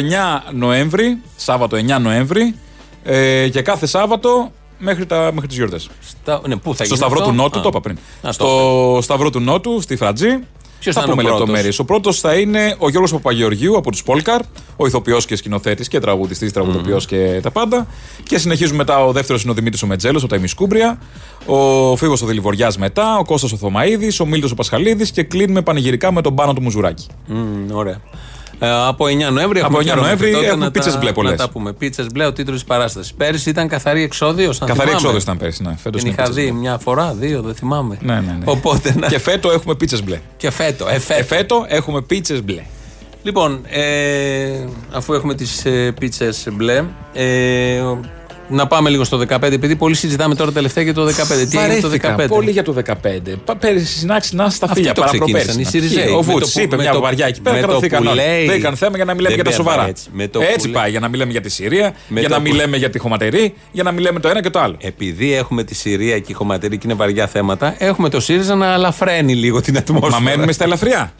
Speaker 4: 9 Νοέμβρη, Σάββατο 9 Νοέμβρη. Ε, και κάθε Σάββατο μέχρι, τα, μέχρι τις γιορτές.
Speaker 3: Τα- ναι, πού
Speaker 4: Στο
Speaker 3: θα γίνει
Speaker 4: Σταυρό
Speaker 3: αυτό?
Speaker 4: του Νότου,
Speaker 3: Α.
Speaker 4: το είπα πριν.
Speaker 3: Α,
Speaker 4: Στο Σταυρό του Νότου, στη Φρατζή.
Speaker 3: Ποιος
Speaker 4: θα
Speaker 3: θα είναι
Speaker 4: πούμε
Speaker 3: ο πρώτος?
Speaker 4: λεπτομέρειες. Ο πρώτος θα είναι ο Γιώργος Παπαγεωργίου από τους Πόλκαρ, ο ηθοποιός και σκηνοθέτης και τραγουδιστής, τραγουδοποιός και τα πάντα. Και συνεχίζουμε μετά ο δεύτερος είναι ο Δημήτρης ο Μετζέλος, ο Ταϊμής Κούμπρια, ο Φίβος ο Δηληβοριάς μετά, ο Κώστας ο Θωμαίδης, ο Μίλτος ο Πασχαλίδης και κλείνουμε πανηγυρικά με τον Πάνο του Μουζουράκη.
Speaker 3: Μμμ, ωραία. Ε, από 9 Νοέμβρη
Speaker 4: Από
Speaker 3: έχουμε
Speaker 4: 9
Speaker 3: καιρό μέχρι
Speaker 4: Νοέμβρη
Speaker 3: τότε
Speaker 4: έχουμε
Speaker 3: να τα-
Speaker 4: πίτσες μπλε πολλές.
Speaker 3: Να τα πούμε. Πίτσες μπλε, ο τίτλος της παράστασης. Πέρσι ήταν καθαρή εξόδιο.
Speaker 4: Καθαρή εξόδο ήταν πέρσι. Ναι, φέτος
Speaker 3: Την
Speaker 4: είναι
Speaker 3: είχα
Speaker 4: πίτσες
Speaker 3: δει μια φορά, δύο, δεν θυμάμαι.
Speaker 4: μπλε. Ναι, ναι, ναι.
Speaker 3: Οπότε να-
Speaker 4: Και φέτο έχουμε πίτσες μπλε.
Speaker 3: Και φέτο, ε, φέτο.
Speaker 4: έχουμε πίτσες μπλε.
Speaker 3: Λοιπόν, ε, αφού έχουμε τις ε, πίτσες μπλε, ε, ο- να πάμε λίγο στο 15, επειδή πολύ συζητάμε τώρα τελευταία για το 15. Τι έγινε το 15.
Speaker 4: Πολύ για το 15. Πα- Πέρυσι συνάξει να στα
Speaker 3: Αυτοί
Speaker 4: φίλια
Speaker 3: το ξεκίνησαν, οι
Speaker 4: παραπροπέρσι.
Speaker 3: Σιριζέοι.
Speaker 4: Ο
Speaker 3: Με το
Speaker 4: Βούτ
Speaker 3: που-
Speaker 4: είπε
Speaker 3: με
Speaker 4: μια
Speaker 3: το-
Speaker 4: βαριά εκεί
Speaker 3: με
Speaker 4: πέρα
Speaker 3: το
Speaker 4: κρατήθηκαν
Speaker 3: που
Speaker 4: όλα.
Speaker 3: λέει-
Speaker 4: Δεν έκανε θέμα για να μιλάμε για
Speaker 3: Δεν
Speaker 4: τα
Speaker 3: πέραμε
Speaker 4: σοβαρά.
Speaker 3: έτσι. Με το που
Speaker 4: Έτσι
Speaker 3: λέει-
Speaker 4: πάει. Για να μιλάμε για τη Συρία,
Speaker 3: Με
Speaker 4: για
Speaker 3: το
Speaker 4: να
Speaker 3: που-
Speaker 4: μιλάμε για τη χωματερή, για να μιλάμε το ένα και το άλλο.
Speaker 3: Επειδή έχουμε τη Συρία και η χωματερή και είναι βαριά θέματα, έχουμε το ΣΥΡΙΖΑ να αλαφραίνει λίγο την ατμόσφαιρα.
Speaker 4: Μα μένουμε στα ελαφριά.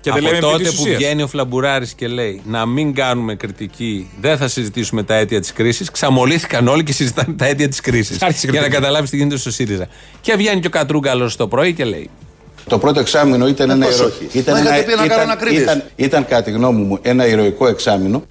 Speaker 4: Και
Speaker 3: Από
Speaker 4: δεν λέμε επί
Speaker 3: τότε
Speaker 4: της
Speaker 3: που
Speaker 4: ουσίας.
Speaker 3: βγαίνει ο Φλαμπουράρης και λέει να μην κάνουμε κριτική, δεν θα συζητήσουμε τα αίτια της κρίσης, ξαμολύθηκαν όλοι και συζητάνε τα αίτια της κρίσης.
Speaker 4: Άρχισε η
Speaker 3: για να
Speaker 4: κριτική.
Speaker 3: καταλάβεις τι γίνεται στο ΣΥΡΙΖΑ. Και βγαίνει και ο Κατρούγκαλος το πρωί και λέει
Speaker 18: Το πρώτο εξάμεινο ήταν ένα,
Speaker 3: πώς
Speaker 18: ηρο...
Speaker 3: όχι.
Speaker 18: ήταν,
Speaker 3: Μα
Speaker 18: ένα...
Speaker 3: είχατε πει να κάνω
Speaker 18: ήταν,
Speaker 3: ανακρίβειες.
Speaker 18: ήταν, ήταν, κατά τη γνώμη μου ένα ηρωικό εξάμεινο.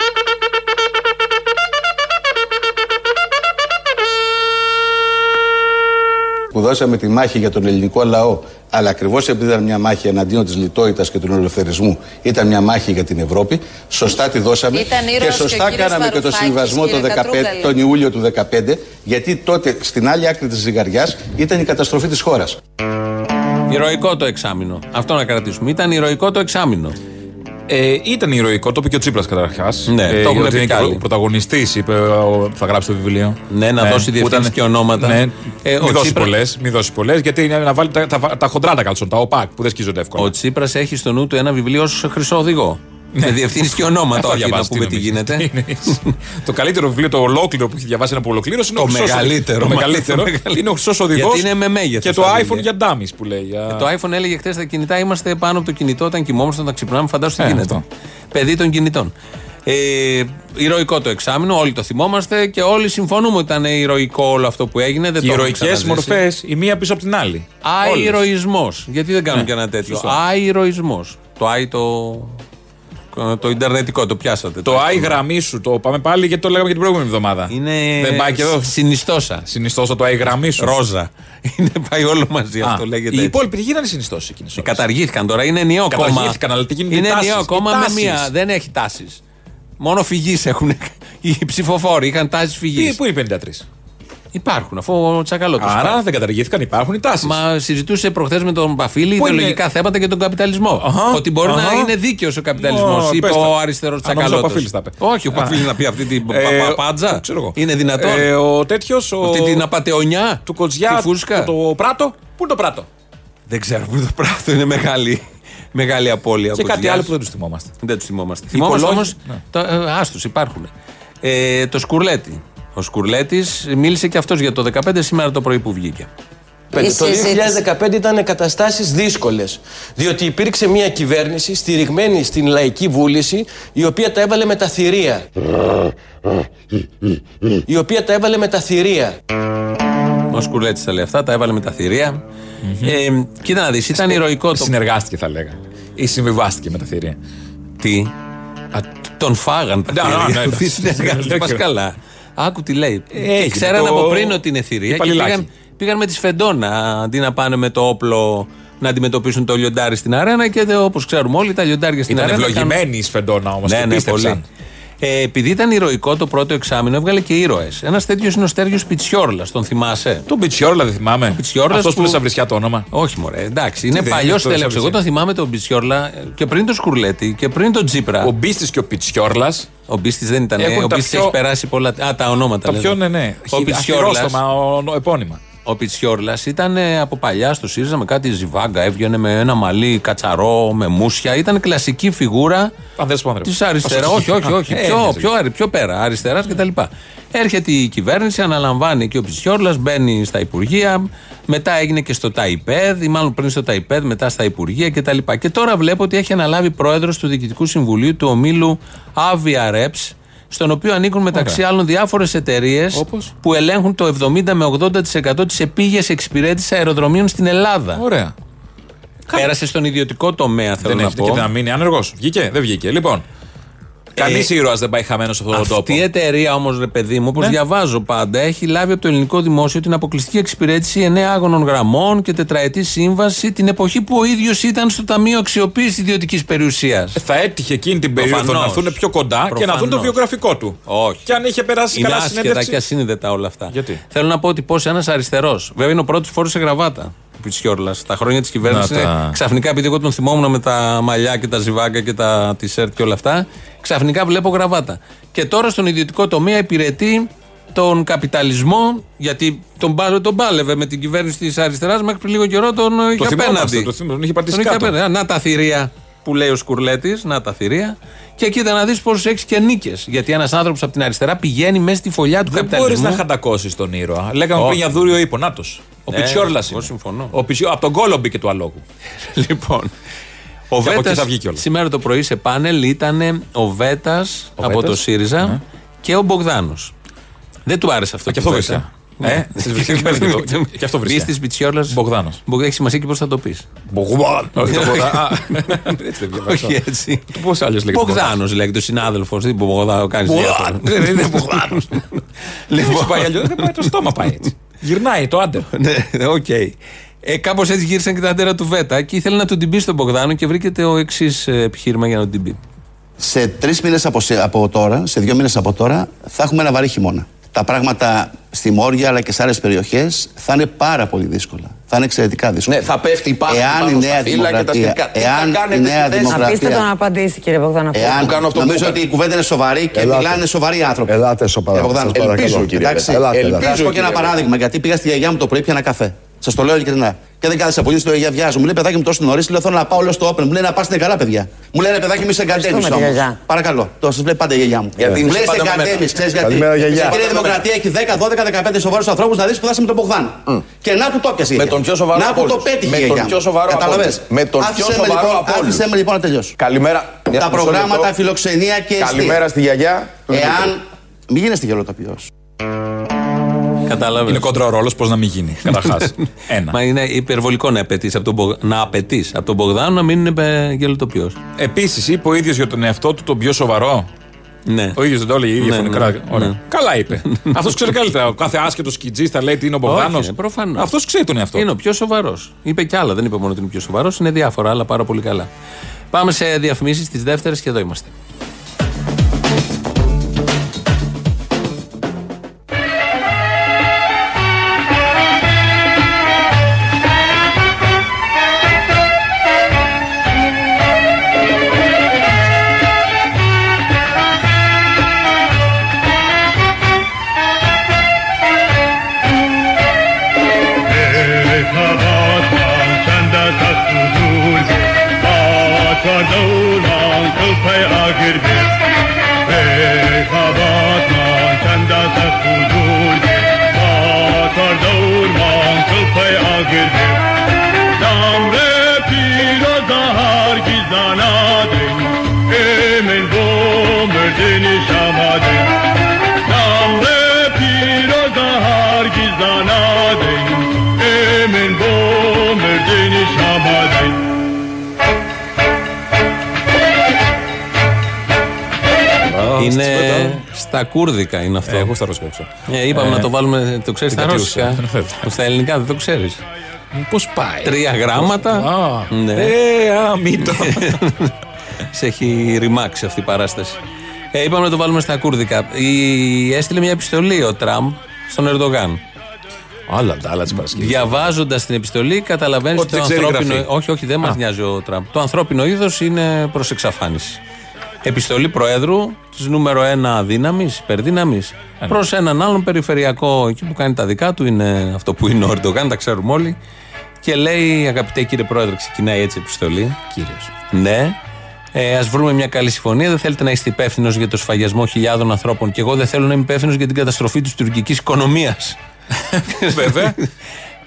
Speaker 18: που δώσαμε τη μάχη για τον ελληνικό λαό, αλλά ακριβώς επειδή ήταν μια μάχη εναντίον της λιτότητας και του ελευθερισμού, ήταν μια μάχη για την Ευρώπη. Σωστά τη δώσαμε
Speaker 19: Ήταν ήρωας
Speaker 18: και
Speaker 19: και ο
Speaker 18: σωστά
Speaker 19: κύριος
Speaker 18: κάναμε και το
Speaker 19: Βαρουφάκης,
Speaker 18: συμβασμό
Speaker 19: κύριε
Speaker 18: το 15,
Speaker 19: Κατρούγκαλη.
Speaker 18: τον Ιούλιο του 2015, γιατί τότε στην άλλη άκρη της ζυγαριάς ήταν η καταστροφή της χώρας.
Speaker 3: ηρωικό το εξάμεινο. Αυτό να κρατήσουμε. Ήταν ηρωικό το εξάμεινο.
Speaker 4: Ε, ήταν ηρωικό, το είπε και ο Ε, Τσίπρας καταρχάς.
Speaker 3: Ναι, το έχουν πει
Speaker 4: είναι
Speaker 3: κι
Speaker 4: και
Speaker 3: άλλοι.
Speaker 4: ο πρωταγωνιστής, είπε ο- θα γράψει το βιβλίο.
Speaker 3: Ναι, να δώσει
Speaker 4: που ήταν-
Speaker 3: διευθύνσεις και ονόματα.
Speaker 4: Ναι,
Speaker 3: Ε, ο
Speaker 4: μην δώσει
Speaker 3: Τσίπρα-
Speaker 4: πολλές, μην δώσει πολλές, γιατί είναι να βάλει τα, τα, τα χοντρά τα καλτσόν, τα ΟΠΑΚ που δεν σκίζονται εύκολα.
Speaker 3: Ο Τσίπρας έχει στο νου του ένα βιβλίο ως χρυσό οδηγό. Με διευθύνσει και ονόματα,
Speaker 4: Ναι. Αυτό
Speaker 3: όχι να
Speaker 4: διαβάζει,
Speaker 3: πούμε Ε, τι
Speaker 4: νομίζεις.
Speaker 3: γίνεται.
Speaker 4: το καλύτερο βιβλίο, το ολόκληρο που έχει διαβάσει ένα από ολοκλήρωση είναι
Speaker 3: Το
Speaker 4: ο Χρυσός Οδηγός.
Speaker 3: μεγαλύτερο,
Speaker 4: Το
Speaker 3: μα,
Speaker 4: μεγαλύτερο.
Speaker 3: το μεγαλύτερο.
Speaker 4: είναι ο Χρυσός Οδηγό.
Speaker 3: Γιατί είναι με μέγεθος,
Speaker 4: Και το
Speaker 3: θα
Speaker 4: iPhone
Speaker 3: λέγε.
Speaker 4: για ντάμις που λέει. για-
Speaker 3: Το iPhone έλεγε χθες τα κινητά είμαστε πάνω από το κινητό όταν κοιμόμαστε, όταν ξυπνάμε. Φαντάζομαι τι
Speaker 4: Ε,
Speaker 3: γίνεται. Παιδί των κινητών. Ε, ηρωικό το εξάμεινο, όλοι το θυμόμαστε και όλοι συμφωνούμε ότι ήταν ηρωικό όλο αυτό που έγινε. Δεν
Speaker 4: Και οι
Speaker 3: το έχουμε
Speaker 4: ηρωικές
Speaker 3: ξαναζήσει.
Speaker 4: μορφές, η μία πίσω από την άλλη. Όλες.
Speaker 3: Αϊροϊσμό. Γιατί δεν κάνουν και ένα τέτοιο.
Speaker 4: Ναι, σωστό.
Speaker 3: Αϊροϊσμό. Το αϊ το. Το Ιντερνετικό, το πιάσατε.
Speaker 4: Το I γραμμή σου, το πάμε πάλι γιατί το λέγαμε και την προηγούμενη εβδομάδα.
Speaker 3: Είναι
Speaker 4: Δεν πάει και εδώ.
Speaker 3: Συνιστόσα.
Speaker 4: Συνιστόσα το I γραμμή σου.
Speaker 3: Ρόζα. Είναι, πάει όλο μαζί
Speaker 4: Α,
Speaker 3: αυτό λέγεται.
Speaker 4: Οι
Speaker 3: έτσι.
Speaker 4: υπόλοιποι τι γίνανε συνιστώσει εκείνε.
Speaker 3: Ε, Καταργήθηκαν τώρα. Είναι ενιαίο κόμμα.
Speaker 4: Καταργήθηκαν, αλλά τι γίνονται
Speaker 3: Είναι
Speaker 4: οι τάσεις,
Speaker 3: ενιαίο
Speaker 4: οι
Speaker 3: κόμμα με
Speaker 4: τάσεις.
Speaker 3: μία. Δεν έχει τάσεις. Μόνο φυγής έχουν. Οι ψηφοφόροι είχαν τάσεις φυγής.
Speaker 4: Πού είναι οι 53.
Speaker 3: Υπάρχουν, αφού ο Τσακαλώτος.
Speaker 4: Άρα δεν καταργήθηκαν, υπάρχουν οι τάσεις.
Speaker 3: Μα συζητούσε προχθές με τον Παφίλη
Speaker 4: Πού
Speaker 3: ιδεολογικά θέματα και τον καπιταλισμό.
Speaker 4: Αχα,
Speaker 3: ότι μπορεί να
Speaker 4: αχα.
Speaker 3: είναι δίκαιος ο καπιταλισμός,
Speaker 4: Ω,
Speaker 3: είπε
Speaker 4: πες τα.
Speaker 3: ο αριστερό
Speaker 4: Α, νόμιζα ο
Speaker 3: Τσακαλώτος.
Speaker 4: Παφίλης τα είπε.
Speaker 3: Όχι, ο
Speaker 4: Α.
Speaker 3: Παφίλης να πει αυτή την πα-
Speaker 4: Ε,
Speaker 3: πα- παπάτζα.
Speaker 4: ξέρω εγώ.
Speaker 3: Είναι δυνατόν.
Speaker 4: Ε, ο τέτοιος. Ο...
Speaker 3: Αυτή την απαταιωνιά.
Speaker 4: Του κοτζιά.
Speaker 3: Τη φούσκα.
Speaker 4: Το πράτο. Πού είναι το πράτο.
Speaker 3: Δεν ξέρω πού το πράγμα είναι μεγάλη, μεγάλη απώλεια.
Speaker 4: Και
Speaker 3: από
Speaker 4: κάτι
Speaker 3: τις
Speaker 4: άλλο
Speaker 3: γιάς.
Speaker 4: που δεν τους θυμόμαστε.
Speaker 3: Δεν τους θυμόμαστε. Θυμόμαστε όμω.
Speaker 4: Οικολόγοι, ναι.
Speaker 3: Άστου, υπάρχουν. Ε, το Σκουρλέτη. Ο Σκουρλέτης μίλησε και αυτός για το 15 σήμερα το πρωί που βγήκε.
Speaker 20: Το 2015 ήταν καταστάσεις δύσκολες, διότι υπήρξε μια κυβέρνηση στηριγμένη στην λαϊκή βούληση, η οποία τα έβαλε με τα θηρία. Η οποία τα έβαλε με τα θηρία.
Speaker 3: Ο Σκουρλέτης τα λέει αυτά, τα έβαλε με τα θηρια Ε, κοίτα να δεις, ήταν ηρωικό το. Ναι,
Speaker 4: Συνεργάστηκε, θα λέγα. Ή συμβιβάστηκε με τα θηρία.
Speaker 3: Τι. Α, τ- τον φάγαν τα
Speaker 4: Ναι, ναι,
Speaker 3: θηρία.
Speaker 4: ναι,
Speaker 3: Τι
Speaker 4: ναι.
Speaker 3: συνεργάστηκε, πας καλά. Άκου τι λέει.
Speaker 4: Έγινε
Speaker 3: Και ξέραν
Speaker 4: το-
Speaker 3: από πριν ότι είναι θηρία
Speaker 4: το
Speaker 3: και
Speaker 4: παλιλάκι.
Speaker 3: πήγαν, πήγαν με τη σφεντόνα αντί να πάνε με το όπλο να αντιμετωπίσουν το λιοντάρι στην αρένα και όπως ξέρουμε όλοι τα λιοντάρια στην
Speaker 4: Ήταν
Speaker 3: αρένα. τα κάνουν-
Speaker 4: ευλογημένη η Σφεντόνα όμως.
Speaker 3: Ναι, ναι, πολύ. Ε, επειδή ήταν ηρωικό το πρώτο εξάμεινο, έβγαλε και ήρωες. Ένας τέτοιος είναι ο Στέργιος Πιτσιόρλας, τον θυμάσαι.
Speaker 4: Τον Πιτσιόρλα δεν θυμάμαι.
Speaker 3: Πιτσιόρλας
Speaker 4: Αυτός που
Speaker 3: που-
Speaker 4: λέει σαν βρισιά το όνομα.
Speaker 3: Όχι, μωρέ, εντάξει.
Speaker 4: Τι
Speaker 3: Είναι
Speaker 4: δεν είναι
Speaker 3: παλιό
Speaker 4: αυτό,
Speaker 3: τέλεχο.
Speaker 4: σαν
Speaker 3: Εγώ τον
Speaker 4: Πιτσιόρλα.
Speaker 3: θυμάμαι τον Πιτσιόρλα ε, και πριν τον Σκουρλέτη και πριν τον Τζίπρα.
Speaker 4: Ο Μπίστης και ο Πιτσιόρλας.
Speaker 3: Ο Μπίστης δεν ήταν.
Speaker 4: Έχουν
Speaker 3: ε, Ο
Speaker 4: τα
Speaker 3: Μπίστης
Speaker 4: πιο-
Speaker 3: έχει περάσει πολλά. Α, τα ονόματα.
Speaker 4: Τα
Speaker 3: λέτε.
Speaker 4: πιο, ναι, ναι.
Speaker 3: Ο Πιτσιόρλα.
Speaker 4: Χειρόστομα, ο- ο- επώνυμα.
Speaker 3: Ο Πιτσιόρλας ήταν ε, από παλιά στο ΣΥΡΙΖΑ με κάτι ζιβάγκα. Έβγαινε με ένα μαλλί κατσαρό, με μουσια. Ήταν κλασική φιγούρα
Speaker 4: Πανδρέ που
Speaker 3: τη αριστερά. όχι, όχι,
Speaker 4: Ε,
Speaker 3: όχι.
Speaker 4: ναι,
Speaker 3: πιο, πιο, αρι- πιο πέρα, αριστεράς κτλ. Έρχεται η κυβέρνηση, αναλαμβάνει και ο Πιτσιόρλας, μπαίνει στα Υπουργεία. Μετά έγινε και στο ΤΑΙΠΕΔ, ή μάλλον πριν στο ΤΑΙΠΕΔ, μετά στα Υπουργεία κτλ. Και τώρα βλέπω ότι έχει αναλάβει πρόεδρος του Διοικητικού Συμβουλίου του ομίλου Avia Reps στον οποίο ανήκουν μεταξύ
Speaker 4: Ωραία.
Speaker 3: άλλων διάφορες εταιρείες που ελέγχουν το 70 με 80% της επίγειας εξυπηρέτησης αεροδρομίων στην Ελλάδα.
Speaker 4: Ωραία.
Speaker 3: Πέρασε στον ιδιωτικό τομέα, θέλω
Speaker 4: Δεν
Speaker 3: να
Speaker 4: έχει
Speaker 3: πω.
Speaker 4: και να μείνει άνεργος. Βγήκε, δεν βγήκε. Λοιπόν. Κανείς ήρωας δεν πάει χαμένος σε αυτόν τον τόπο.
Speaker 3: Ε, Αυτή η εταιρεία όμως, ρε παιδί μου, όπως διαβάζω πάντα, έχει λάβει από το ελληνικό δημόσιο την αποκλειστική εξυπηρέτηση εννέα άγωνων γραμμών και τετραετή σύμβαση την εποχή που ο ίδιος ήταν στο Ταμείο Αξιοποίησης Ιδιωτικής Περιουσίας.
Speaker 4: Θα έτυχε εκείνη την περίοδο
Speaker 3: Προφανώς.
Speaker 4: να έρθουν πιο κοντά και να δουν το
Speaker 3: Προφανώς.
Speaker 4: βιογραφικό του.
Speaker 3: Όχι.
Speaker 4: Και αν είχε περάσει
Speaker 3: Είναι
Speaker 4: καλά
Speaker 3: άσχετα
Speaker 4: συνέντευξη.
Speaker 3: και ασύνδετα όλα αυτά. Γιατί? Θέλω να πω ότι πώς ένας αριστερός, βέβαια είναι ο πρώτος φορό σε γραβάτα ο Πιτσιόρλα. Τα χρόνια της κυβέρνησης
Speaker 4: Να τα.
Speaker 3: ξαφνικά, επειδή εγώ τον θυμόμουν με τα μαλλιά και τα ζιβάγκα και τα τισερτ και όλα αυτά, ξαφνικά βλέπω γραβάτα. Και τώρα στον ιδιωτικό τομέα υπηρετεί τον καπιταλισμό, γιατί τον, πάλε, τον πάλευε με την κυβέρνηση της αριστεράς μέχρι πριν λίγο καιρό τον ε, είχε
Speaker 4: θυμόμαστε,
Speaker 3: απέναντι.
Speaker 4: το θυμ- τον είχε πατήσει κάτω.
Speaker 3: απέναντι. Α, ε, Να τα θηρία που λέει ο Σκουρλέτης, να τα θηρία. Και κοίτα να δεις πόσου έχεις και νίκες. Γιατί ένας άνθρωπος από την αριστερά πηγαίνει μέσα στη φωλιά του
Speaker 4: Δεν μπορεί
Speaker 3: καπιταλισμού.
Speaker 4: να χαντακώσεις τον ήρωα. Λέγαμε
Speaker 3: ναι. Όχι.
Speaker 4: πριν για δούριο ύπο. Νάτο. Ο
Speaker 3: Ναι,
Speaker 4: Πιτσιόρλα.
Speaker 3: εγώ συμφωνώ.
Speaker 4: Ο Πιτσιό... Από τον κόλο μπήκε του αλόγου.
Speaker 3: λοιπόν. Ο
Speaker 4: Ο
Speaker 3: Βέτας
Speaker 4: θα βγει κιόλας.
Speaker 3: σήμερα το πρωί σε πάνελ ήταν ο Βέτας από
Speaker 4: Βέτας, ναι.
Speaker 3: το ΣΥΡΙΖΑ και ο Μπογδάνος. Δεν του άρεσε αυτό.
Speaker 4: Α, και
Speaker 3: του
Speaker 4: αυτό
Speaker 3: Βέτα.
Speaker 4: βρίσκεται.
Speaker 3: Ναι.
Speaker 4: Ε, στις βρίσκεται και αυτό βρίσκεται. Και αυτό βρίσκεται.
Speaker 3: Μύστης Πιτσιόρλας.
Speaker 4: Μπογδάνος.
Speaker 3: Μπο- Έχει σημασία και πώς θα το πεις.
Speaker 4: Μπογδάν. Όχι, το Μπογδάν. Α, έτσι δεν διαβάζω.
Speaker 3: Όχι έτσι.
Speaker 4: Πώς άλλο λέγεται.
Speaker 3: Μπογδάνος λέγεται ο συνάδελφος. Δεν είπε Μπογδάνο, κάνεις
Speaker 4: Μπογδάν. Δεν είναι Μπογδάνος. Λοιπόν, πάει αλλιώς. Δεν πάει το στόμα, πάει έτσι. Γυρνάει το άντερ.
Speaker 3: Ναι, οκ. Ε, Κάπως έτσι γύρισαν και τα αντέρα του Βέτα και ήθελε να του την πει στον Μπογδάνο και βρήκε το εξής επιχείρημα για να του την πει.
Speaker 19: Σε τρεις μήνες από, σε- από τώρα, σε δύο μήνες από τώρα, θα έχουμε ένα βαρύ χειμώνα. Τα πράγματα στη Μόρια αλλά και σε άλλες περιοχές θα είναι πάρα πολύ δύσκολα. Θα είναι εξαιρετικά δύσκολα. Ναι, θα πέφτει η
Speaker 11: πάχτη πάνω στα φύλλα και τα σχετικά. Τι θα
Speaker 19: Εάν η
Speaker 11: κάνετε στη
Speaker 19: Νέα
Speaker 11: θέση?
Speaker 19: Δημοκρατία.
Speaker 21: Αφήστε τον να απαντήσει, κύριε Μπογδάνοφ.
Speaker 19: Εάν νομίζω ότι η κουβέντα είναι σοβαρή και
Speaker 22: Ελάτε.
Speaker 19: μιλάνε σοβαροί άνθρωποι.
Speaker 22: Ελάτε σοβαρά.
Speaker 19: Ε, Μπογδάνο,
Speaker 22: σας παρακαλώ.
Speaker 19: ελπίζω, κύριε
Speaker 22: Εντάξει,
Speaker 19: Βέτα.
Speaker 22: ελάτε,
Speaker 19: ελπίζω,
Speaker 22: ελάτε.
Speaker 19: να σου πω και ένα
Speaker 22: κύριε
Speaker 19: παράδειγμα, γιατί πήγα στη γιαγιά μου το πρωί πια ένα καφέ. Σας το λέω ειλικρινά. Και δεν κάθεσα πολύ, στο γιαγιά βιάζω. Μου λέει παιδάκι μου τόσο νωρίς, λέω θέλω να πάω όλο στο Open. Μου λέει να πας στην καλά, παιδιά. Μου λέει «Ρε, παιδάκι μου είσαι εγκατέμι
Speaker 21: Ευχαριστούμε,
Speaker 19: όμω.
Speaker 21: τη γιαγιά.
Speaker 19: Παρακαλώ, το σας λέει πάντα η γιαγιά μου.
Speaker 21: Γιατί
Speaker 19: μου
Speaker 21: είσαι
Speaker 19: λέει είσαι
Speaker 21: πάντα με
Speaker 19: εγκατέμι,
Speaker 21: μένα.
Speaker 19: ξέρεις γιατί.
Speaker 21: Καλημέρα, γιαγιά.
Speaker 19: Στην
Speaker 21: Πάντα
Speaker 19: κυρία
Speaker 21: με
Speaker 19: Δημοκρατία έχει 10, 12, 15 σοβαρούς ανθρώπους να δεις που θα είσαι με τον Μπογδάν. Και να του το πιασε.
Speaker 11: Με τον πιο σοβαρό
Speaker 19: Να που
Speaker 11: από
Speaker 19: το
Speaker 11: όλους.
Speaker 19: πέτυχε.
Speaker 11: Με
Speaker 19: η
Speaker 11: τον
Speaker 19: γιαγιά
Speaker 11: πιο
Speaker 19: μου.
Speaker 11: σοβαρό από
Speaker 19: Καταλαβες.
Speaker 11: όλους. Με τον πιο
Speaker 19: Άφησέ με
Speaker 11: σοβαρό
Speaker 19: λοιπόν-
Speaker 11: από όλους.
Speaker 19: Άφησέ με λοιπόν να τελειώσω.
Speaker 11: Καλημέρα.
Speaker 19: Τα
Speaker 11: Μισό
Speaker 19: προγράμματα,
Speaker 11: λεπτό.
Speaker 19: φιλοξενία και
Speaker 11: Καλημέρα στη γιαγιά.
Speaker 19: Εάν. Μην γίνεστε γελοταπιό.
Speaker 3: Κατάλαβες.
Speaker 4: Είναι κόντρα ο ρόλο, πώς να μην γίνει. Καταρχάς. Ένα.
Speaker 3: Μα είναι υπερβολικό να απαιτείς από τον, Μπο- να απαιτείς από τον Μπογδάνο να μην είναι ε, γελοτοποιό.
Speaker 4: Επίσης, είπε ο ίδιος για τον εαυτό του τον πιο σοβαρό.
Speaker 3: Ναι.
Speaker 4: Ο ίδιος δεν το έλεγε, η ίδια
Speaker 3: Ναι,
Speaker 4: φωνικά.
Speaker 3: ναι,
Speaker 4: Ωραία.
Speaker 3: ναι.
Speaker 4: Καλά είπε. Αυτός ξέρει καλύτερα. Ο κάθε άσχετο κιτζή θα λέει τι είναι ο Μπογδάνο.
Speaker 3: Όχι, ε, προφανώς.
Speaker 4: Αυτός ξέρει τον εαυτό.
Speaker 3: Είναι ο πιο σοβαρός. Είπε κι άλλα, δεν είπε μόνο ότι είναι πιο σοβαρός, είναι διάφορα, αλλά πάρα πολύ καλά. Πάμε σε διαφημίσεις τις δεύτερες και εδώ είμαστε.
Speaker 23: Emin bu mürdini şamadın
Speaker 3: είναι στα κούρδικα είναι αυτό.
Speaker 4: εγώ στα ρωσικά ξέρω.
Speaker 3: Ε, είπαμε
Speaker 4: Ε,
Speaker 3: να το βάλουμε. Το ξέρεις στα
Speaker 4: την
Speaker 3: ρώσικα.
Speaker 4: κατιούσα.
Speaker 3: στα ελληνικά δεν το ξέρεις.
Speaker 4: Πώς πάει.
Speaker 3: Τρία γράμματα. Ναι.
Speaker 4: Ε, α, μην το.
Speaker 3: Σε έχει ρημάξει αυτή η παράσταση. Ε, είπαμε να το βάλουμε στα κούρδικα. Η... Έστειλε μια επιστολή ο Τραμπ στον Ερντογάν.
Speaker 4: Άλλα τα άλλα της Παρασκευής.
Speaker 3: Διαβάζοντας την επιστολή, καταλαβαίνεις
Speaker 4: Ότι
Speaker 3: ότι το
Speaker 4: δεν ξέρει
Speaker 3: ανθρώπινο.
Speaker 4: γραφή.
Speaker 3: Όχι, όχι, δεν
Speaker 4: Α.
Speaker 3: μα νοιάζει ο Τραμπ. Το ανθρώπινο είδος είναι προς εξαφάνιση. Επιστολή Προέδρου της νούμερο 1 δύναμη, υπερδύναμη, προς έναν άλλον περιφερειακό εκεί που κάνει τα δικά του, είναι αυτό που είναι ο Ερντογάν, τα ξέρουμε όλοι. Και λέει, αγαπητέ κύριε Πρόεδρε, ξεκινάει έτσι η επιστολή. Κύριος. Ναι. Ε, Ας βρούμε μια καλή συμφωνία. Δεν θέλετε να είστε υπεύθυνο για το σφαγιασμό χιλιάδων ανθρώπων. Και εγώ δεν θέλω να είμαι υπεύθυνος για την καταστροφή της τουρκικής οικονομίας. Βέβαια.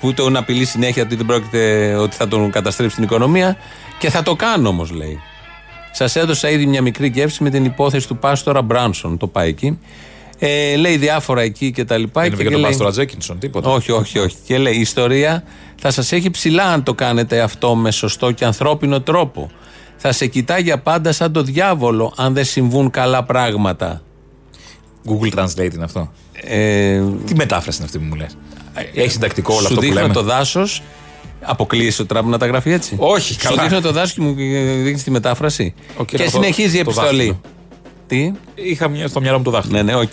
Speaker 3: που τον απειλεί συνέχεια ότι δεν πρόκειται ότι θα τον καταστρέψει την οικονομία. Και θα το κάνω όμως, λέει. Σας έδωσα ήδη μια μικρή γεύση με την υπόθεση του Πάστορα Μπράνσον. Το πάει εκεί. Ε, λέει διάφορα εκεί και τα λοιπά.
Speaker 4: Δεν είπε για τον
Speaker 3: λέει-
Speaker 4: Πάστορα Τζέκινσον, τίποτα.
Speaker 3: όχι, όχι, όχι. Και λέει: Η ιστορία θα σας έχει ψηλά αν το κάνετε αυτό με σωστό και ανθρώπινο τρόπο. Θα σε κοιτά για πάντα σαν το διάβολο αν δεν συμβούν καλά πράγματα.
Speaker 4: Google Translate είναι αυτό.
Speaker 3: Ε,
Speaker 4: Τι μετάφραση είναι αυτή που μου λες. Έχει συντακτικό όλο
Speaker 3: Σου
Speaker 4: αυτό που
Speaker 3: δείχνω
Speaker 4: λέμε.
Speaker 3: το δάσος. Αποκλείεσαι ο Τραμπ να τα γράφει έτσι.
Speaker 4: Όχι, καλά.
Speaker 3: Σου δείχνω το δάσο και μου δείχνεις τη μετάφραση. και
Speaker 4: το-
Speaker 3: συνεχίζει η
Speaker 4: το
Speaker 3: επιστολή.
Speaker 4: δάχτυλο.
Speaker 3: Τι.
Speaker 4: Είχα μια στο μυαλό μου το δάχτυλο.
Speaker 3: Ναι, ναι, οκ.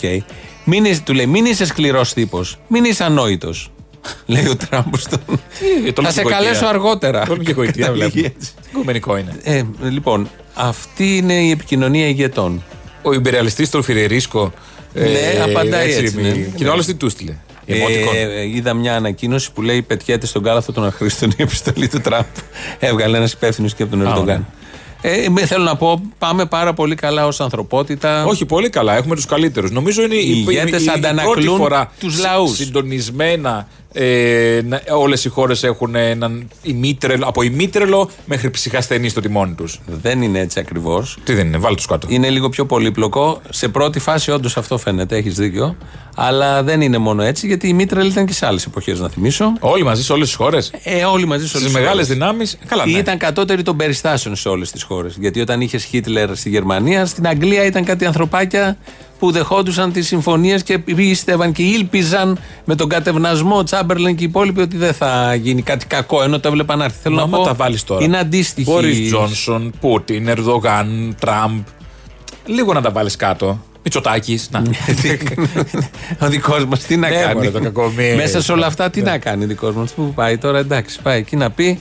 Speaker 3: Μην είσαι- του λέει, μην είσαι σκληρός τύπος. Μην είσαι ανόητος. λέει ο Τραμπ στον. Θα σε καλέσω αργότερα.
Speaker 4: Τόλμη και γοητεία
Speaker 3: Καταλήγει
Speaker 4: βλέπουμε.
Speaker 3: έτσι.
Speaker 4: Τι κομμενικό είναι.
Speaker 3: Ε, λοιπόν, αυτή είναι η επικοινωνία ηγετών.
Speaker 4: Ο υπεραλιστή του Φιρερίσκο. Ε,
Speaker 3: ναι, απαντάει έτσι. ναι.
Speaker 4: Και το άλλος τι του στείλε. Emoticon.
Speaker 3: Ε, είδα μια ανακοίνωση που λέει πετιέται στον κάλαθο των αχρήστων η επιστολή του Τραμπ. Έβγαλε ένας υπεύθυνος και από τον Ερντογάν. Ε, με- θέλω να πω, πάμε πάρα πολύ καλά ως ανθρωπότητα.
Speaker 4: Όχι, πολύ καλά. Έχουμε τους καλύτερους. Νομίζω είναι
Speaker 3: Οι
Speaker 4: η, η,
Speaker 3: ηγέτες
Speaker 4: η- η πρώτη
Speaker 3: αντανακλούν
Speaker 4: φορά
Speaker 3: τους
Speaker 4: συ-
Speaker 3: λαούς.
Speaker 4: Συντονισμένα ε, όλες οι χώρες έχουν έναν ημίτρελο, από ημίτρελο μέχρι ψυχασθενή στο τιμόνι τους.
Speaker 3: Δεν είναι έτσι ακριβώς.
Speaker 4: Τι δεν είναι, βάλτε τους κάτω.
Speaker 3: Είναι λίγο πιο πολύπλοκο. Σε πρώτη φάση, όντως αυτό φαίνεται, έχεις δίκιο. Αλλά δεν είναι μόνο έτσι, γιατί η Μήτρελ ήταν και σε άλλες εποχές, να θυμίσω.
Speaker 4: Όλοι μαζί σε όλες τις χώρες.
Speaker 3: Ε, όλοι μαζί σε όλες
Speaker 4: Στις μεγάλες δυνάμεις. Καλά, ναι.
Speaker 3: Ήταν κατώτερη των περιστάσεων σε όλες τις χώρες. Γιατί όταν είχες Χίτλερ στη Γερμανία, στην Αγγλία ήταν κάτι ανθρωπάκια που δεχόντουσαν τις συμφωνίες και πίστευαν και ήλπιζαν με τον κατευνασμό Τσάμπερλεν και οι υπόλοιποι ότι δεν θα γίνει κάτι κακό. Ενώ το έβλεπαν να έρθει. Θέλω
Speaker 4: Μα
Speaker 3: να
Speaker 4: άμα
Speaker 3: πω.
Speaker 4: τα βάλεις τώρα.
Speaker 3: Είναι αντίστοιχη.
Speaker 4: Μπόρι Τζόνσον, Πούτιν, Ερδογάν, Τραμπ. Λίγο να τα βάλεις κάτω. Μητσοτάκης. Να.
Speaker 3: Ναι. Ο δικός μας τι να
Speaker 4: Ναι, μωρέ,
Speaker 3: κάνει.
Speaker 4: το Ναι. κακομοίρι.
Speaker 3: Μέσα σε όλα αυτά τι να κάνει ο δικός μας. Πού πάει τώρα, εντάξει, πάει εκεί να πει.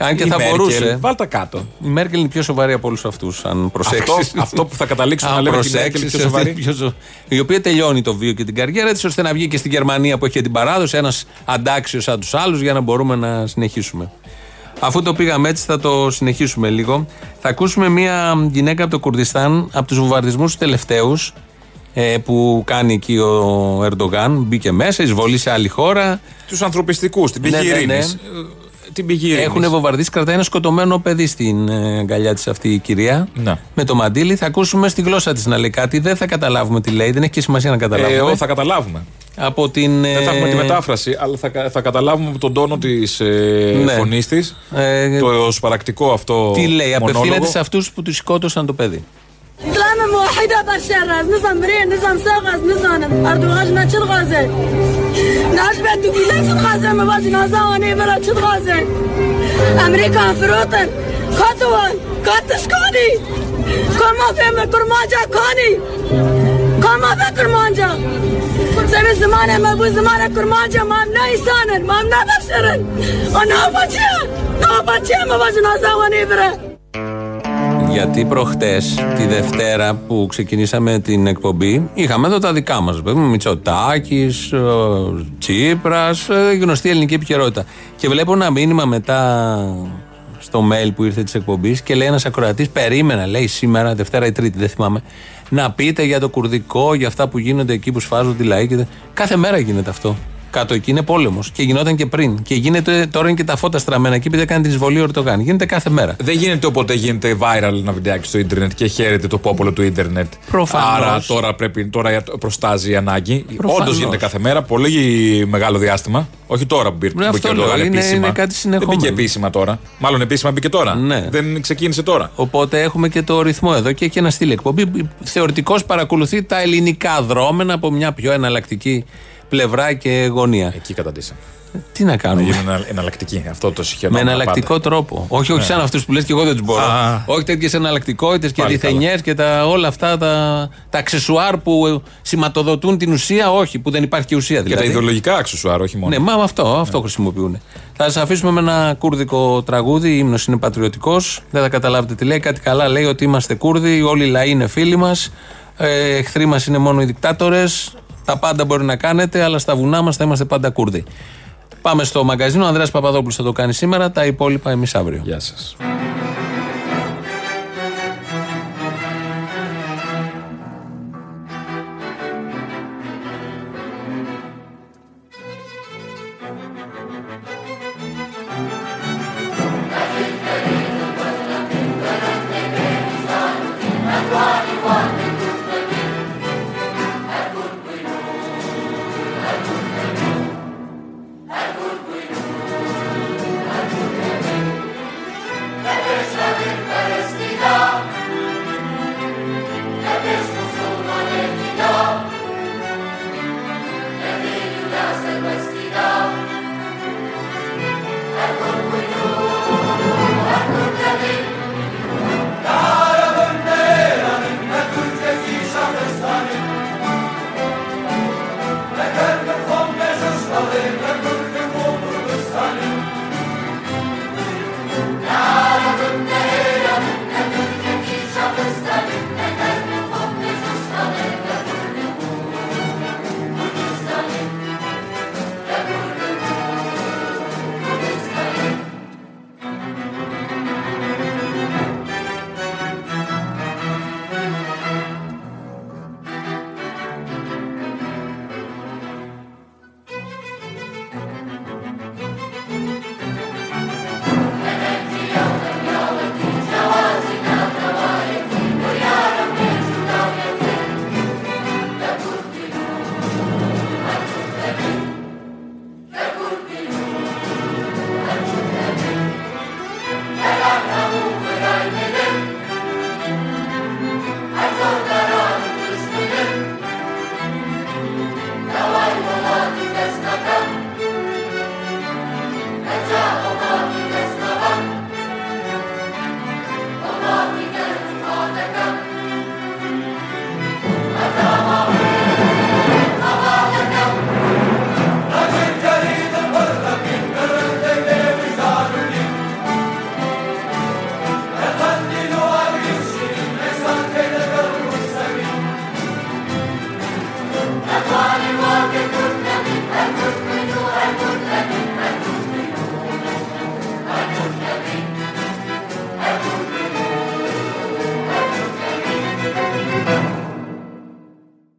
Speaker 3: Αν και
Speaker 4: Η
Speaker 3: θα
Speaker 4: Μέρκελ,
Speaker 3: μπορούσε.
Speaker 4: Βάλ τα κάτω.
Speaker 3: Η Μέρκελ είναι πιο σοβαρή από όλους αυτούς, αν προσέξεις.
Speaker 4: Αυτό- αυτό που θα καταλήξουμε να λέμε για τη Μέρκελ πιο σοβαρή.
Speaker 3: Η οποία τελειώνει το βίο και την καριέρα της, ώστε να βγει και στη Γερμανία που έχει την παράδοση, ένας αντάξιος σαν τους άλλους, για να μπορούμε να συνεχίσουμε. Αφού το πήγαμε έτσι, θα το συνεχίσουμε λίγο. Θα ακούσουμε μία γυναίκα από το Κουρδιστάν, από τους βομβαρδισμούς τους τελευταίους, ε, που κάνει εκεί ο Ερντογάν. Μπήκε μέσα, εισβολή σε άλλη χώρα.
Speaker 4: Τους ανθρωπιστικούς, την πηγή
Speaker 3: Ναι, ναι, ναι.
Speaker 4: ειρήνης. Ε, Την πηγή ειρήνης.
Speaker 3: Έχουν βομβαρδίσει, κρατάει ένα σκοτωμένο παιδί στην ε, αγκαλιά της αυτή η κυρία.
Speaker 4: Ναι.
Speaker 3: Με το μαντίλι θα ακούσουμε στη γλώσσα της να λέει κάτι. Δεν θα καταλάβουμε τι λέει, δεν έχει και σημασία να
Speaker 4: Ε,
Speaker 3: καταλάβουμε.
Speaker 4: ό, θα καταλάβουμε.
Speaker 3: Από την.
Speaker 4: Δεν θα έχουμε
Speaker 3: ε,
Speaker 4: τη μετάφραση, αλλά θα, κα- θα καταλάβουμε από τον τόνο της ε,
Speaker 3: Ναι.
Speaker 4: φωνής της.
Speaker 3: Ε,
Speaker 4: το σπαρακτικό αυτό.
Speaker 3: Τι λέει,
Speaker 4: μονόλογο.
Speaker 3: απευθύνεται σε αυτούς που του σκότωσαν το παιδί.
Speaker 1: طلعنا موحدة برشا نظام مرين نظام ساغز نظام أردوغاجنا تشد غازي نعرف بعد دوكيلا تشد غازي ما باش نظام برا تشد غازي أمريكا فروتن خطوة كاتش كوني كما فهم كرمانجا كوني كما فهم كرمانجا سر زمانة ما بو زمانة كرمانجا ما منا إنسانا ما منا بشرا أنا باتشا أنا باتشا ما باش نظام برا
Speaker 3: Γιατί προχτές, τη Δευτέρα που ξεκινήσαμε την εκπομπή, είχαμε εδώ τα δικά μας. Μητσοτάκη, Τσίπρας, ε, γνωστή ελληνική επικαιρότητα. Και βλέπω ένα μήνυμα μετά στο mail που ήρθε της εκπομπής και λέει ένας ακροατής: Περίμενα, λέει σήμερα, Δευτέρα ή Τρίτη, δεν θυμάμαι, να πείτε για το κουρδικό, για αυτά που γίνονται εκεί που σφάζονται οι λαοί. και τα- Κάθε μέρα γίνεται αυτό. Κάτω εκεί είναι πόλεμος και γινόταν και πριν. Και γίνεται τώρα είναι και τα φώτα στραμμένα εκεί επειδή έκανε τη εισβολή ο Ερντογάν. Γίνεται κάθε μέρα.
Speaker 4: Δεν γίνεται όποτε γίνεται viral ένα βιντεάκι στο ίντερνετ και χαίρεται το πόπολο του ίντερνετ.
Speaker 3: Προφανώς.
Speaker 4: Άρα τώρα, πρέπει, τώρα προστάζει η ανάγκη.
Speaker 3: Προφανώς.
Speaker 4: Όντως γίνεται κάθε μέρα, πολύ μεγάλο διάστημα. Όχι τώρα που μπήκε
Speaker 3: Ναι,
Speaker 4: που
Speaker 3: αυτό
Speaker 4: μπήκε ο
Speaker 3: λέω,
Speaker 4: Ερντογάν
Speaker 3: είναι-
Speaker 4: επίσημα.
Speaker 3: είναι κάτι συνεχόμενο. Ναι.
Speaker 4: Δεν μπήκε επίσημα τώρα. Μάλλον επίσημα μπήκε τώρα. Δεν ξεκίνησε τώρα.
Speaker 3: Οπότε έχουμε και το ρυθμό εδώ και έχει ένα στυλ εκπομπή. Θεωρητικώ παρακολουθεί τα ελληνικά δρόμενα από μια πιο εναλλακτική πλευρά και γωνία.
Speaker 4: Εκεί καταντήσαμε.
Speaker 3: Τι να
Speaker 4: Να
Speaker 3: κάνουμε.
Speaker 4: γίνουν ενα- εναλλακτικοί. Αυτό το συγχαίρω.
Speaker 3: Με εναλλακτικό τρόπο. Όχι, όχι
Speaker 4: Ναι.
Speaker 3: σαν αυτούς που λες και εγώ δεν τους μπορώ. Όχι τέτοιες εναλλακτικότητες και
Speaker 4: Πάλι
Speaker 3: διθενιές και τα, όλα αυτά τα, τα αξεσουάρ που ε, σηματοδοτούν την ουσία. Όχι, που δεν υπάρχει και ουσία
Speaker 4: Και
Speaker 3: δηλαδή.
Speaker 4: τα ιδεολογικά αξεσουάρ, όχι μόνο.
Speaker 3: Ναι, μα αυτό, αυτό χρησιμοποιούν. Θα σας αφήσουμε με ένα κούρδικο τραγούδι. Η ύμνος είναι πατριωτικός. Δεν θα καταλάβετε τι λέει. Κάτι καλά λέει ότι είμαστε Κούρδοι. Όλοι οι λαοί είναι φίλοι μας. Ε, εχθροί μας είναι μόνο οι δικτάτορες. Τα πάντα μπορεί να κάνετε, αλλά στα βουνά μας θα είμαστε πάντα Κούρδοι. Πάμε στο μαγκαζίνο. Ο Ανδρέας Παπαδόπουλος θα το κάνει σήμερα. Τα υπόλοιπα εμείς αύριο.
Speaker 4: Γεια σας.